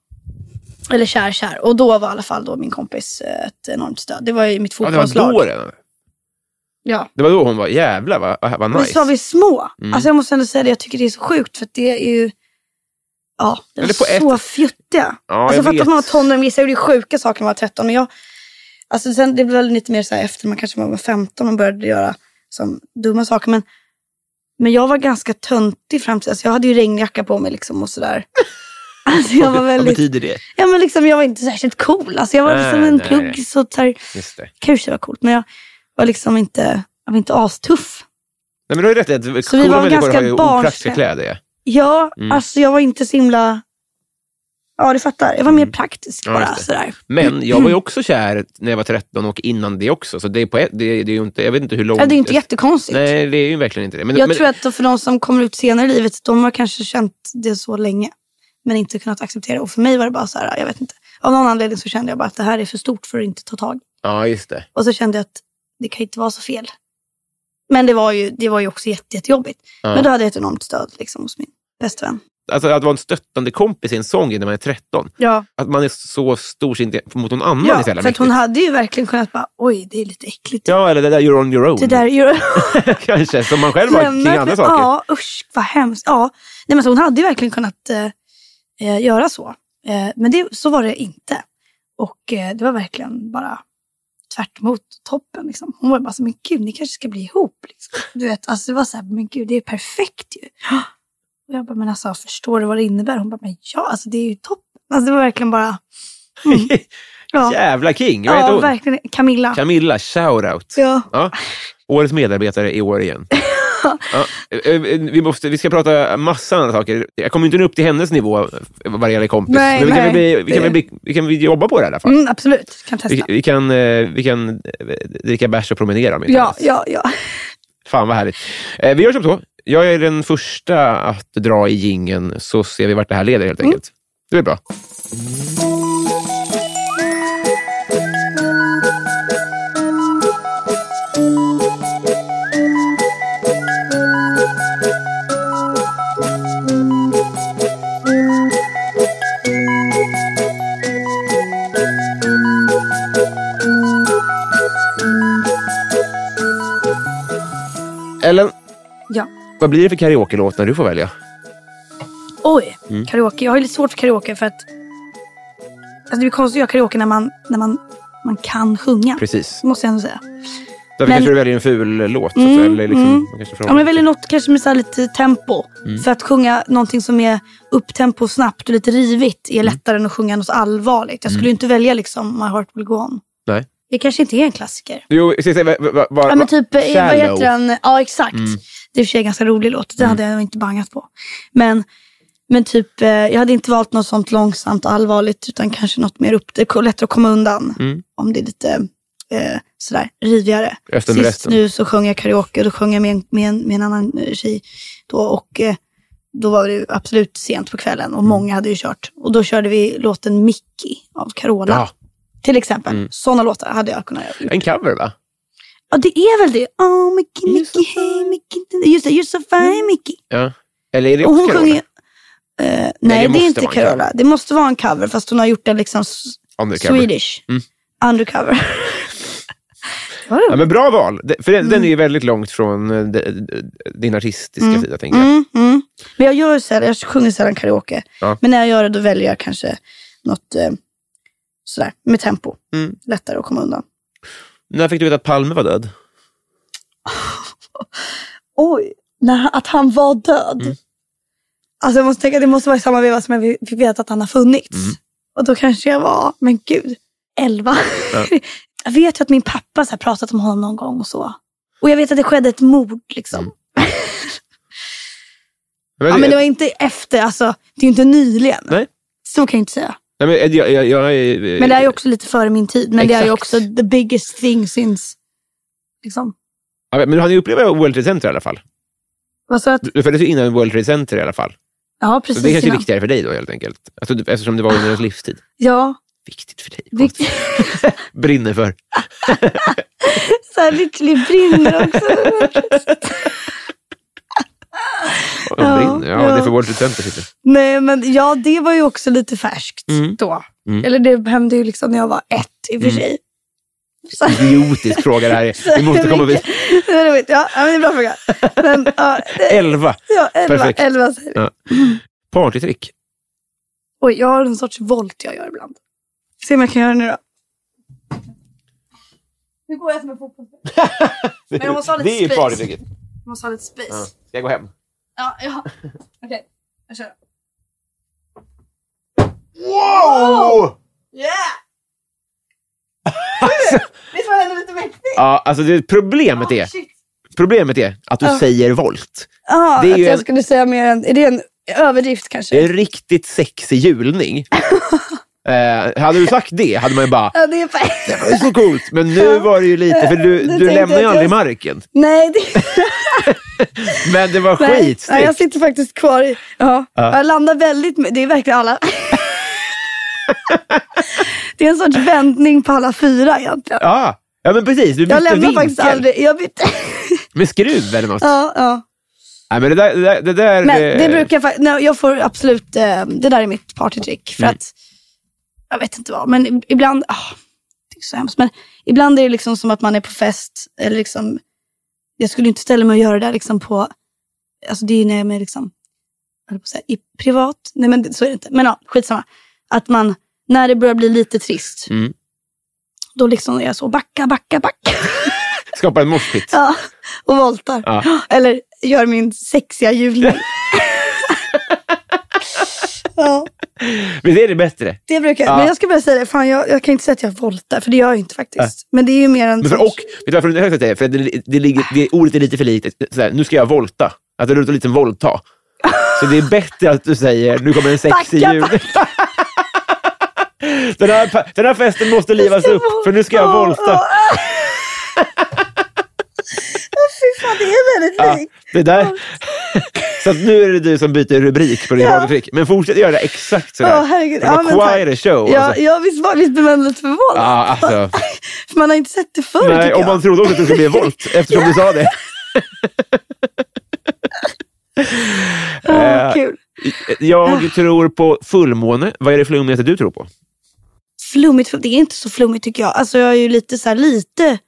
Speaker 2: Eller kär, kär. Och då var i alla fall då min kompis eh, ett enormt stöd. Det var ju mitt
Speaker 1: Ja, det var
Speaker 2: fotbollslag.
Speaker 1: då redan.
Speaker 2: Ja.
Speaker 1: Det var då hon var, jävlar vad, vad, vad
Speaker 2: Men
Speaker 1: nice.
Speaker 2: så var vi små.
Speaker 1: Mm.
Speaker 2: Alltså jag måste ändå säga det, jag tycker det är så sjukt för att det är ju, ja, det
Speaker 1: Eller på
Speaker 2: är så fjuttiga.
Speaker 1: Ja,
Speaker 2: alltså
Speaker 1: jag
Speaker 2: fattar
Speaker 1: vet.
Speaker 2: att man var tonåring, vissa gjorde ju sjuka saker när man var 13. Men jag, alltså sen det blev väl lite mer så här efter man kanske var 15 man började göra som dumma saker. Men, men jag var ganska töntig fram till, alltså jag hade ju regnjacka på mig liksom och sådär. Alltså jag var
Speaker 1: Vad
Speaker 2: väldigt,
Speaker 1: betyder det?
Speaker 2: ja men liksom jag var inte särskilt cool. Alltså jag var
Speaker 1: typ- Nej,
Speaker 2: liksom en
Speaker 1: nej, nej.
Speaker 2: plugg så, så här,
Speaker 1: Just det.
Speaker 2: kanske det var coolt men jag var liksom inte, jag var inte astuff.
Speaker 1: Nej, men du har ju rätt i att
Speaker 2: Så vi
Speaker 1: coola människor
Speaker 2: var
Speaker 1: har
Speaker 2: ganska
Speaker 1: ju
Speaker 2: barnsliga.
Speaker 1: opraktiska kläder.
Speaker 2: Ja,
Speaker 1: Mm.
Speaker 2: alltså jag var inte så himla... Ja, du fattar. Jag var mer praktisk
Speaker 1: Mm. Ja,
Speaker 2: bara.
Speaker 1: just det.
Speaker 2: Sådär.
Speaker 1: Men jag var ju också kär när jag var 13 och innan det också. Så det är på ett, det, det är ju inte, jag vet inte hur långt...
Speaker 2: Ja, det är ju inte jättekonstigt.
Speaker 1: Nej, det är ju verkligen inte det. Men,
Speaker 2: jag
Speaker 1: men,
Speaker 2: tror att för de som kommer ut senare i livet, de har kanske känt det så länge. Men inte kunnat acceptera. Och för mig var det bara så här, jag vet inte. Av någon anledning så kände jag bara att det här är för stort för att inte ta tag i.
Speaker 1: Ja, just det.
Speaker 2: Och så kände jag att det kan inte vara så fel. Men det var ju, det var ju också jätte, jättejobbigt.
Speaker 1: Ja.
Speaker 2: Men då hade jag ett enormt stöd liksom, hos min bästa vän.
Speaker 1: Alltså att vara en stöttande kompis i en sång när man är 13.
Speaker 2: Ja,
Speaker 1: Att man är så storsint mot någon annan
Speaker 2: ja
Speaker 1: Mm, är så jävla
Speaker 2: för att hon
Speaker 1: mäktigt.
Speaker 2: hade ju verkligen kunnat bara, oj det är lite äckligt.
Speaker 1: Ja, eller det där you're on your own.
Speaker 2: Det där gör
Speaker 1: Kanske, som man själv var kring
Speaker 2: Lämnar-
Speaker 1: andra saker.
Speaker 2: Ja, usch vad hemskt. Ja. Nej, men så hon hade ju verkligen kunnat eh, eh, göra så. Eh, men det, så var det inte. Och eh, det var verkligen bara tvärt emot toppen. Liksom. Hon var bara så, men gud, ni kanske ska bli ihop. Liksom. Du vet, alltså, det var så här, men gud, det är perfekt ju. Och jag bara, men alltså, förstår du vad det innebär? Hon bara, men ja, alltså, det är ju toppen. Alltså, det var verkligen bara... Mm. Ja,
Speaker 1: Jävla king! Vad heter
Speaker 2: ja
Speaker 1: hon?
Speaker 2: verkligen. Camilla.
Speaker 1: Camilla, shoutout.
Speaker 2: Ja.
Speaker 1: Ja. Årets medarbetare i år igen. Ja. eh, eh, Vi, måste, vi ska prata massa andra saker. Jag kommer inte upp till hennes nivå eh, vad det gäller kompis.
Speaker 2: Nej,
Speaker 1: men vi kan, väl
Speaker 2: nej.
Speaker 1: bli, vi, kan väl bli, vi kan väl jobba på det i alla fall.
Speaker 2: Mm, absolut, kan
Speaker 1: Vi,
Speaker 2: testa.
Speaker 1: vi, kan, eh, vi kan eh, dricka bärs och promenera om inte
Speaker 2: Ja,
Speaker 1: annat.
Speaker 2: ja, ja.
Speaker 1: Fan vad härligt. Eh, Vi gör som så. Jag är den första att dra i gingen så ser vi vart det här leder helt
Speaker 2: Mm.
Speaker 1: enkelt. Det blir bra. Ellen,
Speaker 2: ja.
Speaker 1: vad blir det för karaoke-låt när du får välja?
Speaker 2: Oj,
Speaker 1: Mm.
Speaker 2: karaoke. Jag har ju lite svårt för karaoke för att alltså det är konstigt att göra karaoke när man, när man, man kan sjunga.
Speaker 1: Precis.
Speaker 2: Det måste jag ändå säga.
Speaker 1: Därför
Speaker 2: Men-
Speaker 1: kanske du väljer en ful eh, låt. så att säga,
Speaker 2: Mm,
Speaker 1: eller liksom,
Speaker 2: mm.
Speaker 1: man kanske får-
Speaker 2: Om jag väljer något kanske med så här lite tempo.
Speaker 1: Mm.
Speaker 2: För att sjunga någonting som är upptempo snabbt och lite rivigt
Speaker 1: Mm.
Speaker 2: är lättare än att sjunga något allvarligt. Jag skulle ju inte välja liksom My Heart Will Go On.
Speaker 1: Nej.
Speaker 2: Det kanske inte är en klassiker.
Speaker 1: Jo, ska jag säga, va, va, va,
Speaker 2: Ja men typ, eh, vad
Speaker 1: Shallow. Mm.
Speaker 2: heter den? Ja exakt. Det är i och för sig en ganska rolig låt. Den hade jag nog inte bangat på. Men, men typ, eh, jag hade inte valt något sånt långsamt och allvarligt utan kanske något mer upp, det är lättare att komma undan.
Speaker 1: Mm.
Speaker 2: Om det är lite eh, sådär rivigare.
Speaker 1: Östen med
Speaker 2: Sist
Speaker 1: resten.
Speaker 2: nu så sjöng jag karaoke och då sjöng jag med en, med en, med en annan eh, tjej. Då, och, eh, då var det ju absolut sent på kvällen
Speaker 1: Mm.
Speaker 2: och många hade ju kört. Och då körde vi låten Mickey av Carola.
Speaker 1: Ja,
Speaker 2: Till exempel.
Speaker 1: Mm.
Speaker 2: Sådana låtar hade jag kunnat göra.
Speaker 1: en cover va?
Speaker 2: Ja, det är väl det. Oh, Mickey, Mickey, hey, Mickey. Just det, you're so fine, Mickey.
Speaker 1: Ja. Eller är det
Speaker 2: Och hon
Speaker 1: också Carola?
Speaker 2: sjunger... Eh, nej,
Speaker 1: det
Speaker 2: det,
Speaker 1: måste
Speaker 2: är inte
Speaker 1: vara en
Speaker 2: Carola.
Speaker 1: cover.
Speaker 2: Det måste vara en cover, fast hon har gjort den liksom s-
Speaker 1: Undercover.
Speaker 2: Swedish.
Speaker 1: Mm.
Speaker 2: Undercover. det var
Speaker 1: Ja,
Speaker 2: roligt.
Speaker 1: men bra val, Det- för den, den är ju väldigt långt från eh, d- d- din artistiska
Speaker 2: Mm.
Speaker 1: sida. Tänker jag.
Speaker 2: Mm, mm. Men jag gör ju sällan, jag sjunger sällan karaoke.
Speaker 1: Ja.
Speaker 2: Men när jag gör det då väljer jag kanske något eh, sådär med tempo.
Speaker 1: Mm.
Speaker 2: Lättare att komma undan.
Speaker 1: När fick du veta att Palme var död?
Speaker 2: Oj, när, att han var död.
Speaker 1: Mm.
Speaker 2: Alltså jag måste tänka, det måste vara i samma veva som jag vi- fick veta att han har funnits.
Speaker 1: Mm.
Speaker 2: Och då kanske jag var, men gud, 11. jag vet ju att min pappa så här pratat om honom någon gång och så. Och jag vet att det skedde ett mord liksom.
Speaker 1: Mm.
Speaker 2: Ja, men det var inte efter, alltså det är ju inte nyligen.
Speaker 1: Nej.
Speaker 2: Så kan jag inte säga.
Speaker 1: Nej, men, eh, jag, jag, jag, är-
Speaker 2: Men det är ju också lite före min tid. Men det är ju
Speaker 1: eh, Exakt.
Speaker 2: också the biggest thing since, liksom.
Speaker 1: Ja, men du hann ju uppleva World Trade Center i alla fall.
Speaker 2: Vad sa jag? att-
Speaker 1: Du föddes ju innan World Trade Center i alla fall.
Speaker 2: Ja,
Speaker 1: Så
Speaker 2: precis
Speaker 1: det kanske är
Speaker 2: innan.
Speaker 1: viktigare för dig då helt enkelt. Alltså, du- eftersom det var under ens livstid.
Speaker 2: Ja,
Speaker 1: Viktigt för dig.
Speaker 2: viktigt.
Speaker 1: Brinner för.
Speaker 2: Så här Lycklig brinner också.
Speaker 1: Ja,
Speaker 2: Ja,
Speaker 1: brinner. Ja,
Speaker 2: ja.
Speaker 1: det är för World Trade Center. Sitter.
Speaker 2: Nej men ja, det var ju också lite färskt
Speaker 1: Mm.
Speaker 2: då.
Speaker 1: Mm.
Speaker 2: Eller det hände ju liksom när jag var ett i och för
Speaker 1: Mm.
Speaker 2: sig. Så,
Speaker 1: Idiotisk fråga det här är. Vi måste komma vidare.
Speaker 2: Det var roligt. Ja, ja, men det är en bra fråga. Men, ja, det-
Speaker 1: Elva.
Speaker 2: ja, elva,
Speaker 1: Perfekt.
Speaker 2: elva säger vi.
Speaker 1: Ja. Partytrick.
Speaker 2: Oj, jag har en sorts volt jag gör ibland. Se om jag kan göra det nu då.
Speaker 4: Nu går jag som en fotbollsspelare. Men jag måste ha lite
Speaker 1: Det är ju
Speaker 4: space.
Speaker 1: partytricket.
Speaker 4: Jag måste ha lite space.
Speaker 1: Ja.
Speaker 4: Ja,
Speaker 1: Ska jag gå hem?
Speaker 4: ja. Okej, jag kör.
Speaker 1: Wow!
Speaker 4: Yeah! Visst var den lite mäktig?
Speaker 1: Ja, alltså det, problemet är
Speaker 4: Shit.
Speaker 1: Problemet är att du
Speaker 2: Ja.
Speaker 1: säger volt.
Speaker 2: Ja,
Speaker 1: Det är
Speaker 2: att
Speaker 1: ju
Speaker 2: jag
Speaker 1: en-
Speaker 2: skulle säga mer än... Är det en överdrift kanske?
Speaker 1: Det är en riktigt sexig julning. eh, hade du sagt det hade man ju bara,
Speaker 2: Ja, det är fan...
Speaker 1: det var ju så coolt. Men nu
Speaker 2: Ja.
Speaker 1: var det ju lite, för du,
Speaker 2: Nu
Speaker 1: du
Speaker 2: tänkte
Speaker 1: lämnar ju
Speaker 2: jag att
Speaker 1: aldrig
Speaker 2: jag-
Speaker 1: marken.
Speaker 2: Nej, det...
Speaker 1: Men det var
Speaker 2: Nej, nej, jag
Speaker 1: skitsnyggt.
Speaker 2: sitter faktiskt kvar i... Ja. Jag landar väldigt... my- Det är verkligen alla... det är en sorts vändning på alla fyra egentligen.
Speaker 1: Ja, ja, men precis. Du bytte
Speaker 2: Jag lämnar
Speaker 1: vinkel
Speaker 2: faktiskt aldrig... Jag byter...
Speaker 1: med skruv eller något.
Speaker 2: ja, ja.
Speaker 1: Nej, men det där, det där, det där
Speaker 2: Men det
Speaker 1: eh,
Speaker 2: brukar jag fa- nej, Jag får absolut... eh, Det där är mitt partytrick. För att... Jag vet inte vad, men ib- ibland... ah, det är så hemskt. Men ibland är det liksom som att man är på fest. Eller liksom... Jag skulle inte ställa mig och göra det där liksom på... Alltså det är ju när man är liksom... jag höll på att säga, I privat. Nej men det- så är det inte. Men ja, skitsamma. Att man... När det börjar bli lite trist.
Speaker 1: Mm.
Speaker 2: Då liksom är jag så backa, backa, backa.
Speaker 1: skapar en morspit.
Speaker 2: Ja, och voltar.
Speaker 1: Ja.
Speaker 2: Eller gör min sexiga julning. ja,
Speaker 1: Visst är det bättre?
Speaker 2: det brukar jag.
Speaker 1: Ja.
Speaker 2: Men jag ska börja säga det. Fan, jag, jag kan inte säga att jag voltar, för det gör jag inte faktiskt. Men det är ju mer en...
Speaker 1: Men för, och,
Speaker 2: sorts-
Speaker 1: vet du varför du inte har det? För att det, det, ligger, det, ordet är lite för litet. Sådär, nu ska jag volta. Att det låter lite som volta. Så det är bättre att du säger, nu kommer en sexig
Speaker 2: Backa,
Speaker 1: jul. den, här, pa- den här festen måste livas
Speaker 2: ska
Speaker 1: upp, för nu ska jag
Speaker 2: volta.
Speaker 1: volta.
Speaker 2: Fy fan, det är väldigt
Speaker 1: Ja,
Speaker 2: likt.
Speaker 1: det där. Så att nu är det du som byter rubrik på din
Speaker 2: Ja.
Speaker 1: radiotrick. Men fortsätt göra det exakt sådär.
Speaker 2: Åh, herregud.
Speaker 1: Det var
Speaker 2: Ja, men tack.
Speaker 1: choir show.
Speaker 2: Ja,
Speaker 1: alltså.
Speaker 2: ja, visst, var- visst blev man lite förvånad.
Speaker 1: Ja, alltså.
Speaker 2: För man har inte sett det förr,
Speaker 1: Nej,
Speaker 2: tycker
Speaker 1: och
Speaker 2: jag.
Speaker 1: man trodde också att det skulle bli volt eftersom du sa det.
Speaker 2: Ja,
Speaker 1: eh,
Speaker 2: kul.
Speaker 1: Jag tror på fullmåne. Vad är det flummigaste du tror på?
Speaker 2: Flummigt, det är inte så flummigt tycker jag. Alltså jag är ju lite så här, lite, äh,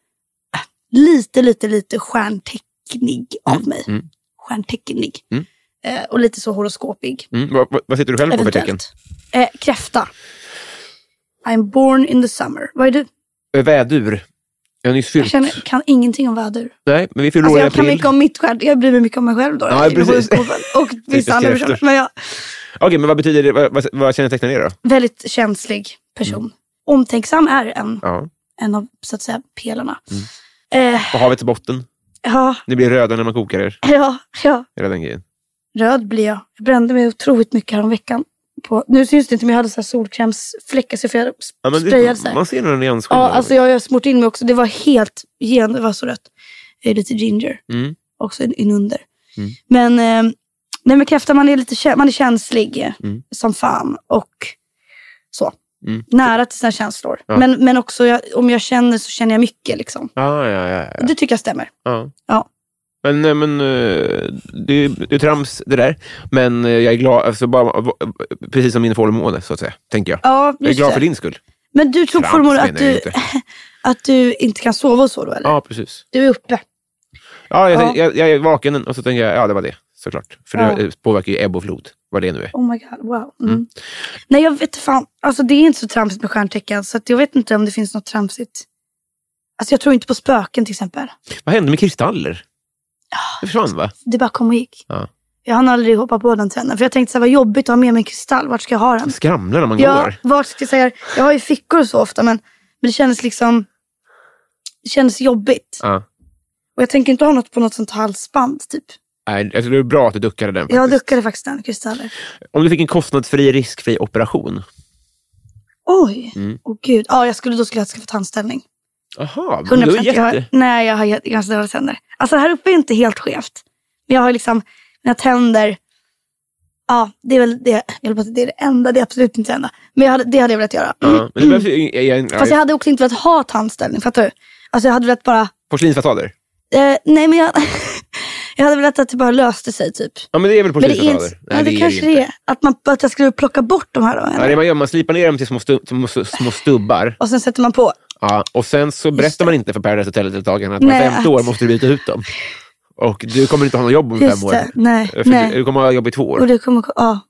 Speaker 2: lite, lite, lite stjärntecknig av mig.
Speaker 1: mm.
Speaker 2: Stjärntecknig.
Speaker 1: Mm.
Speaker 2: Eh, och lite så horoskopig.
Speaker 1: Mm, vad, vad- vad sitter du själv på för tecken?
Speaker 2: Eventuellt. Eh, kräfta. I'm born in the summer. Vad är du?
Speaker 1: Ö, Vädur. Jag har nyss
Speaker 2: Jag
Speaker 1: fyllt.
Speaker 2: känner, kan ingenting om väder.
Speaker 1: Nej, men vi fyller
Speaker 2: Alltså
Speaker 1: år i
Speaker 2: jag kan
Speaker 1: april.
Speaker 2: mycket om mitt själv. Jag bryr mig mycket om mig själv då.
Speaker 1: Ja,
Speaker 2: i
Speaker 1: precis.
Speaker 2: horoskopen Och vissa andra
Speaker 1: kräftor.
Speaker 2: personer. Men jag,
Speaker 1: Okej, men vad betyder det? Vad, vad, vad kännetecknar det då?
Speaker 2: väldigt känslig person.
Speaker 1: Mm.
Speaker 2: Omtänksam är en,
Speaker 1: Ja.
Speaker 2: en av så att säga pelarna. Eh,
Speaker 1: På havets botten.
Speaker 2: ja,
Speaker 1: Ni blir röda när man kokar er.
Speaker 2: ja, ja.
Speaker 1: Hela den grejen.
Speaker 2: Röd blir jag. Jag brände mig otroligt mycket häromveckan. På, nu syns det inte men jag hade så här solkrämsfläckar så jag
Speaker 1: Ja, men
Speaker 2: sprayade så
Speaker 1: det,
Speaker 2: här.
Speaker 1: man ser några
Speaker 2: Ja,
Speaker 1: nyansskillnader.
Speaker 2: alltså jag har smort in mig också. Det var helt gen, det var så rött. Jag är lite ginger
Speaker 1: Mm.
Speaker 2: också in- inunder.
Speaker 1: Mm.
Speaker 2: Men, eh, nej men kräfta, man är lite kä- man är känslig eh,
Speaker 1: Mm.
Speaker 2: som fan och så.
Speaker 1: Mm.
Speaker 2: Nära till sina känslor.
Speaker 1: Ja.
Speaker 2: Men, men också jag, om jag känner så känner jag mycket liksom.
Speaker 1: Ja, ja, ja, ja.
Speaker 2: Det tycker jag stämmer.
Speaker 1: ja.
Speaker 2: Ja.
Speaker 1: Men, eh, men eh, det, är- det är trams det där. Men eh, jag är glad, alltså, bara, precis som min fullmåne så att säga, tänker jag.
Speaker 2: Ja,
Speaker 1: Jag är
Speaker 2: just
Speaker 1: glad
Speaker 2: det.
Speaker 1: för din skull.
Speaker 2: Men du tror
Speaker 1: Trams
Speaker 2: förmodligen att
Speaker 1: menar jag
Speaker 2: du,
Speaker 1: inte.
Speaker 2: att du inte kan sova och så då eller?
Speaker 1: Ja, precis.
Speaker 2: Du är uppe.
Speaker 1: Ja, jag,
Speaker 2: Ja.
Speaker 1: Jag, jag är vaken och så tänker jag, ja det var det, såklart. För det
Speaker 2: Ja.
Speaker 1: eh, påverkar ju ebb och flod, vad det nu är.
Speaker 2: Oh my god, wow. Mm. Nej, jag vet fan. Alltså det är inte så tramsigt med stjärntecken. Så att jag vet inte om det finns något tramsigt. Alltså jag tror inte på spöken till exempel.
Speaker 1: Vad hände med kristaller?
Speaker 2: Ah,
Speaker 1: Det försvann va?
Speaker 2: Det bara kom och gick.
Speaker 1: Ja.
Speaker 2: Jag hann aldrig hoppa på den trenden. För jag tänkte så här, vad jobbigt att ha med mig en kristall. Vart ska jag ha den?
Speaker 1: Det skramlar när man
Speaker 2: Ja,
Speaker 1: går.
Speaker 2: vart ska jag säga? Jag har ju fickor och så ofta, men, men det kändes liksom... Det kändes jobbigt.
Speaker 1: Ja.
Speaker 2: Och jag tänker inte ha något på något sånt halsband typ.
Speaker 1: Nej, jag tror det är bra att du duckade den.
Speaker 2: Jag
Speaker 1: faktiskt.
Speaker 2: duckade faktiskt den, kristaller.
Speaker 1: Om du fick en kostnadsfri, riskfri operation.
Speaker 2: Oj,
Speaker 1: Mm.
Speaker 2: åh gud. Ja, jag skulle, då skulle jag ha skaffat handställning.
Speaker 1: Jaha, men
Speaker 2: 100
Speaker 1: du är
Speaker 2: procent. Jag har,
Speaker 1: jätte...
Speaker 2: nej, jag har jätte- ganska dåliga tänder. Alltså här uppe är inte helt skevt. Men jag har liksom, mina tänder, ja det är väl det, jag höll på att säga, det är det enda, det är absolut inte det enda. Men jag hade, det hade jag velat göra.
Speaker 1: Ja, men det behövs ju... ja, ja,
Speaker 2: Mm. Fast jag
Speaker 1: ja,
Speaker 2: hade också inte velat ha tandställning, fattar du? Alltså jag hade velat bara,
Speaker 1: Porslinsfasader?
Speaker 2: eh, nej men jag, jag hade velat att det bara löste sig typ.
Speaker 1: Ja, men det är väl
Speaker 2: Men det är
Speaker 1: porslinsfasader?
Speaker 2: inte, nej, det, kanske det är. Att, man, att jag skulle plocka bort de här då,
Speaker 1: Ja,
Speaker 2: eller?
Speaker 1: det man gör, man slipar ner dem till små, stu, till små, små stubbar.
Speaker 2: Och sen sätter man på.
Speaker 1: Ja, och sen så berättar man inte för Paradise Hotel-deltagarna att om
Speaker 2: Nej,
Speaker 1: femte
Speaker 2: att-
Speaker 1: år måste du byta ut dem. Och du kommer inte ha något jobb om
Speaker 2: Just
Speaker 1: fem år. Eh,
Speaker 2: det, nej.
Speaker 1: För Du,
Speaker 2: nej.
Speaker 1: du kommer ha jobb i två år.
Speaker 2: Och det kommer, ja.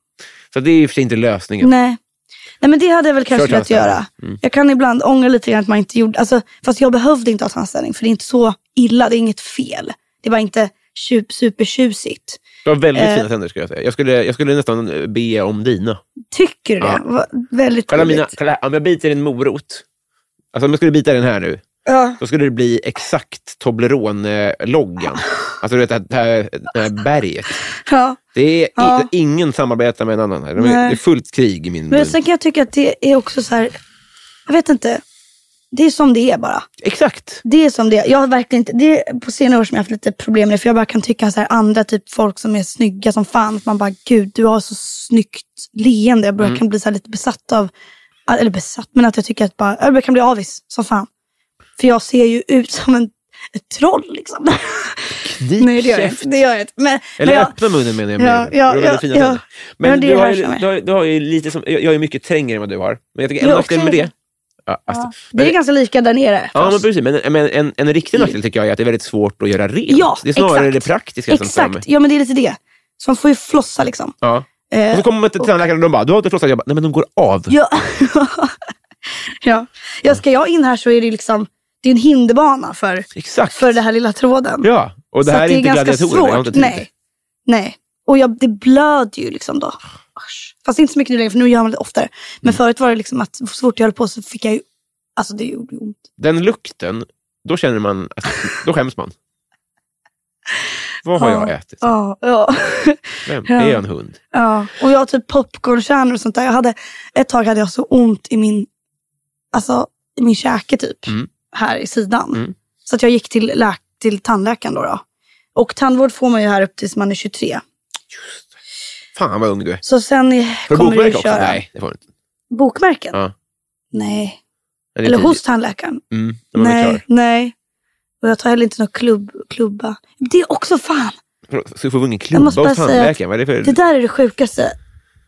Speaker 1: Så det är i och för sig inte lösningen.
Speaker 2: Nej. Nej men det hade jag väl kanske
Speaker 1: Kör Mm.
Speaker 2: velat
Speaker 1: tandställning.
Speaker 2: göra. Jag kan ibland ångra lite grann att man inte gjorde, alltså, fast jag behövde inte ha tandställning för det är inte så illa, det är inget fel. Det var inte tju- supertjusigt.
Speaker 1: Du har väldigt
Speaker 2: Eh.
Speaker 1: fina tänder skulle jag säga. Jag skulle, jag skulle nästan eh, be om dina.
Speaker 2: Tycker du det?
Speaker 1: Ja.
Speaker 2: Va- Väldigt
Speaker 1: Kolla
Speaker 2: gulligt.
Speaker 1: mina, kolla, här. om jag biter en morot. Alltså om jag skulle bita den här nu.
Speaker 2: Ja.
Speaker 1: Då skulle det bli exakt Toblerone-loggan. Alltså du vet, det här, det här berget.
Speaker 2: ja.
Speaker 1: Det är i,
Speaker 2: Ja.
Speaker 1: ingen samarbetar med en annan här. De är,
Speaker 2: Nej.
Speaker 1: det är fullt krig i min
Speaker 2: Men
Speaker 1: by.
Speaker 2: sen kan jag tycka att det är också så här, jag vet inte. Det är som det är bara.
Speaker 1: Exakt.
Speaker 2: Det är som det är. Jag har verkligen inte, det är på senare år som jag har haft lite problem med det. För jag bara kan tycka så här andra typ folk som är snygga som fan. Att man bara, gud du har så snyggt leende. Jag bara kan bli så här lite besatt av, eller besatt, men att jag tycker att bara, jag bara kan bli avis som fan. För jag ser ju ut som en, ett troll liksom.
Speaker 1: Knip
Speaker 2: Nej det gör jag
Speaker 1: käft.
Speaker 2: inte. Det gör jag inte. Men,
Speaker 1: Eller
Speaker 2: men jag,
Speaker 1: öppna munnen menar jag.
Speaker 2: Ja,
Speaker 1: med.
Speaker 2: ja,
Speaker 1: Det var väldigt
Speaker 2: ja,
Speaker 1: fina
Speaker 2: ja.
Speaker 1: tänder. Men
Speaker 2: Ja, det är
Speaker 1: du, har,
Speaker 2: här
Speaker 1: ju-
Speaker 2: som är.
Speaker 1: du, har, du har ju lite som, jag jag är mycket trängre än vad du har. Men jag tycker en
Speaker 2: Jo,
Speaker 1: nackdel med
Speaker 2: trängre.
Speaker 1: det... Ja, alltså,
Speaker 2: vi är
Speaker 1: men,
Speaker 2: ganska lika där nere. för
Speaker 1: ja, men
Speaker 2: oss.
Speaker 1: precis. Men, men en, en riktig nackdel tycker jag är att det är väldigt svårt att göra rent.
Speaker 2: Ja,
Speaker 1: det är snarare
Speaker 2: exakt.
Speaker 1: det praktiska som stör mig.
Speaker 2: Exakt, ja men det är lite det. Så man får ju flossa liksom.
Speaker 1: Ja.
Speaker 2: Eh,
Speaker 1: Och så kommer man till tandläkaren och de bara, du har inte flossat. Jag bara, nej men de går av.
Speaker 2: Ja. ja. ja. Ska jag in här så är det liksom, det är en hinderbana för,
Speaker 1: Exakt.
Speaker 2: för den här lilla tråden.
Speaker 1: Ja, och det
Speaker 2: Så
Speaker 1: här
Speaker 2: att
Speaker 1: är, inte
Speaker 2: ganska
Speaker 1: gladiatorer. Jag har inte
Speaker 2: svårt.
Speaker 1: tid till det.
Speaker 2: Nej. Nej. Och jag, det blöder ju liksom då. Usch. Fast inte så mycket nu längre, för nu gör man det oftare. Men
Speaker 1: Mm.
Speaker 2: förut var det liksom att så fort jag höll på så fick jag ju, alltså det gjorde ju ont.
Speaker 1: Den lukten, då känner man, att, då skäms man. Vad har jag
Speaker 2: Ja.
Speaker 1: ätit?
Speaker 2: Ja, ja.
Speaker 1: Vem?
Speaker 2: Ja.
Speaker 1: Är jag en hund?
Speaker 2: ja. Och jag har typ popcornkärnor och sånt där. Jag hade, ett tag hade jag så ont i min, alltså i min käke typ.
Speaker 1: Mm.
Speaker 2: Här i sidan.
Speaker 1: Mm.
Speaker 2: Så att jag gick till, lä- till tandläkaren då, då. Och tandvård får man ju här upp tills man är 23.
Speaker 1: Fan vad ung du är.
Speaker 2: Så sen eh,
Speaker 1: Får du
Speaker 2: kommer du
Speaker 1: bokmärke
Speaker 2: ju
Speaker 1: också?
Speaker 2: köra
Speaker 1: Nej, det får du inte.
Speaker 2: bokmärken.
Speaker 1: Ja.
Speaker 2: Nej.
Speaker 1: Den är
Speaker 2: Eller
Speaker 1: tidig.
Speaker 2: hos tandläkaren.
Speaker 1: typ- Mm, när man är
Speaker 2: Nej,
Speaker 1: klar.
Speaker 2: nej. Och jag tar heller inte någon klubb, klubba. Det är också fan.
Speaker 1: Förlåt, Så får vi ingen klubba hos
Speaker 2: måste bara säga att
Speaker 1: tandläkaren? Vad är det
Speaker 2: Det
Speaker 1: för...
Speaker 2: där är det sjukaste.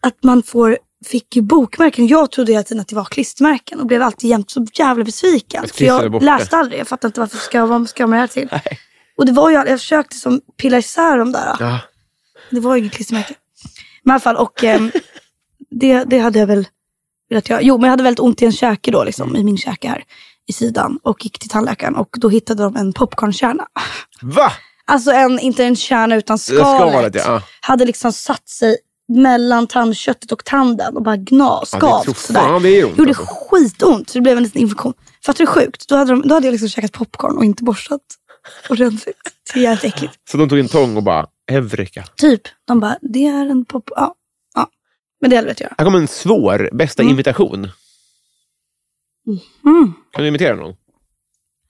Speaker 2: Att man får, fick ju bokmärken. Jag trodde hela tiden att det var klistermärken och blev alltid jämt så jävla besviken.
Speaker 1: Att
Speaker 2: För
Speaker 1: klister är
Speaker 2: jag
Speaker 1: borta.
Speaker 2: läste aldrig. Jag fattade inte varför ska jag, vad ska jag med det här till. Och det var ju, jag försökte som pilla isär dem där.
Speaker 1: Ja.
Speaker 2: Det var ju inget klistermärke. Men i alla fall, och ehm, det, det hade jag väl velat göra. Jo, men jag hade väldigt ont i en käke då, liksom, i min käke här i sidan. Och gick till tandläkaren och då hittade de en popcornkärna.
Speaker 1: Va?
Speaker 2: Alltså en, inte en kärna utan
Speaker 1: Skalet,
Speaker 2: skalet.
Speaker 1: ja.
Speaker 2: Hade liksom satt sig mellan tandköttet och tanden och bara gnav,
Speaker 1: Ja, det
Speaker 2: skavt.
Speaker 1: tror
Speaker 2: sådär.
Speaker 1: fan det är ont,
Speaker 2: Gjorde
Speaker 1: alltså.
Speaker 2: skitont, så det blev en liten infektion. Fattar du hur sjukt? Då hade, de, då hade jag liksom käkat popcorn och inte borstat ordentligt. Det är jävligt äckligt.
Speaker 1: Så de tog en tång och bara, Eureka.
Speaker 2: Typ. De bara, det är en pop... Ja. ja. Men det hade jag velat göra.
Speaker 1: Här kommer en svår, bästa invitation.
Speaker 2: Mm.
Speaker 1: Kan du imitera någon?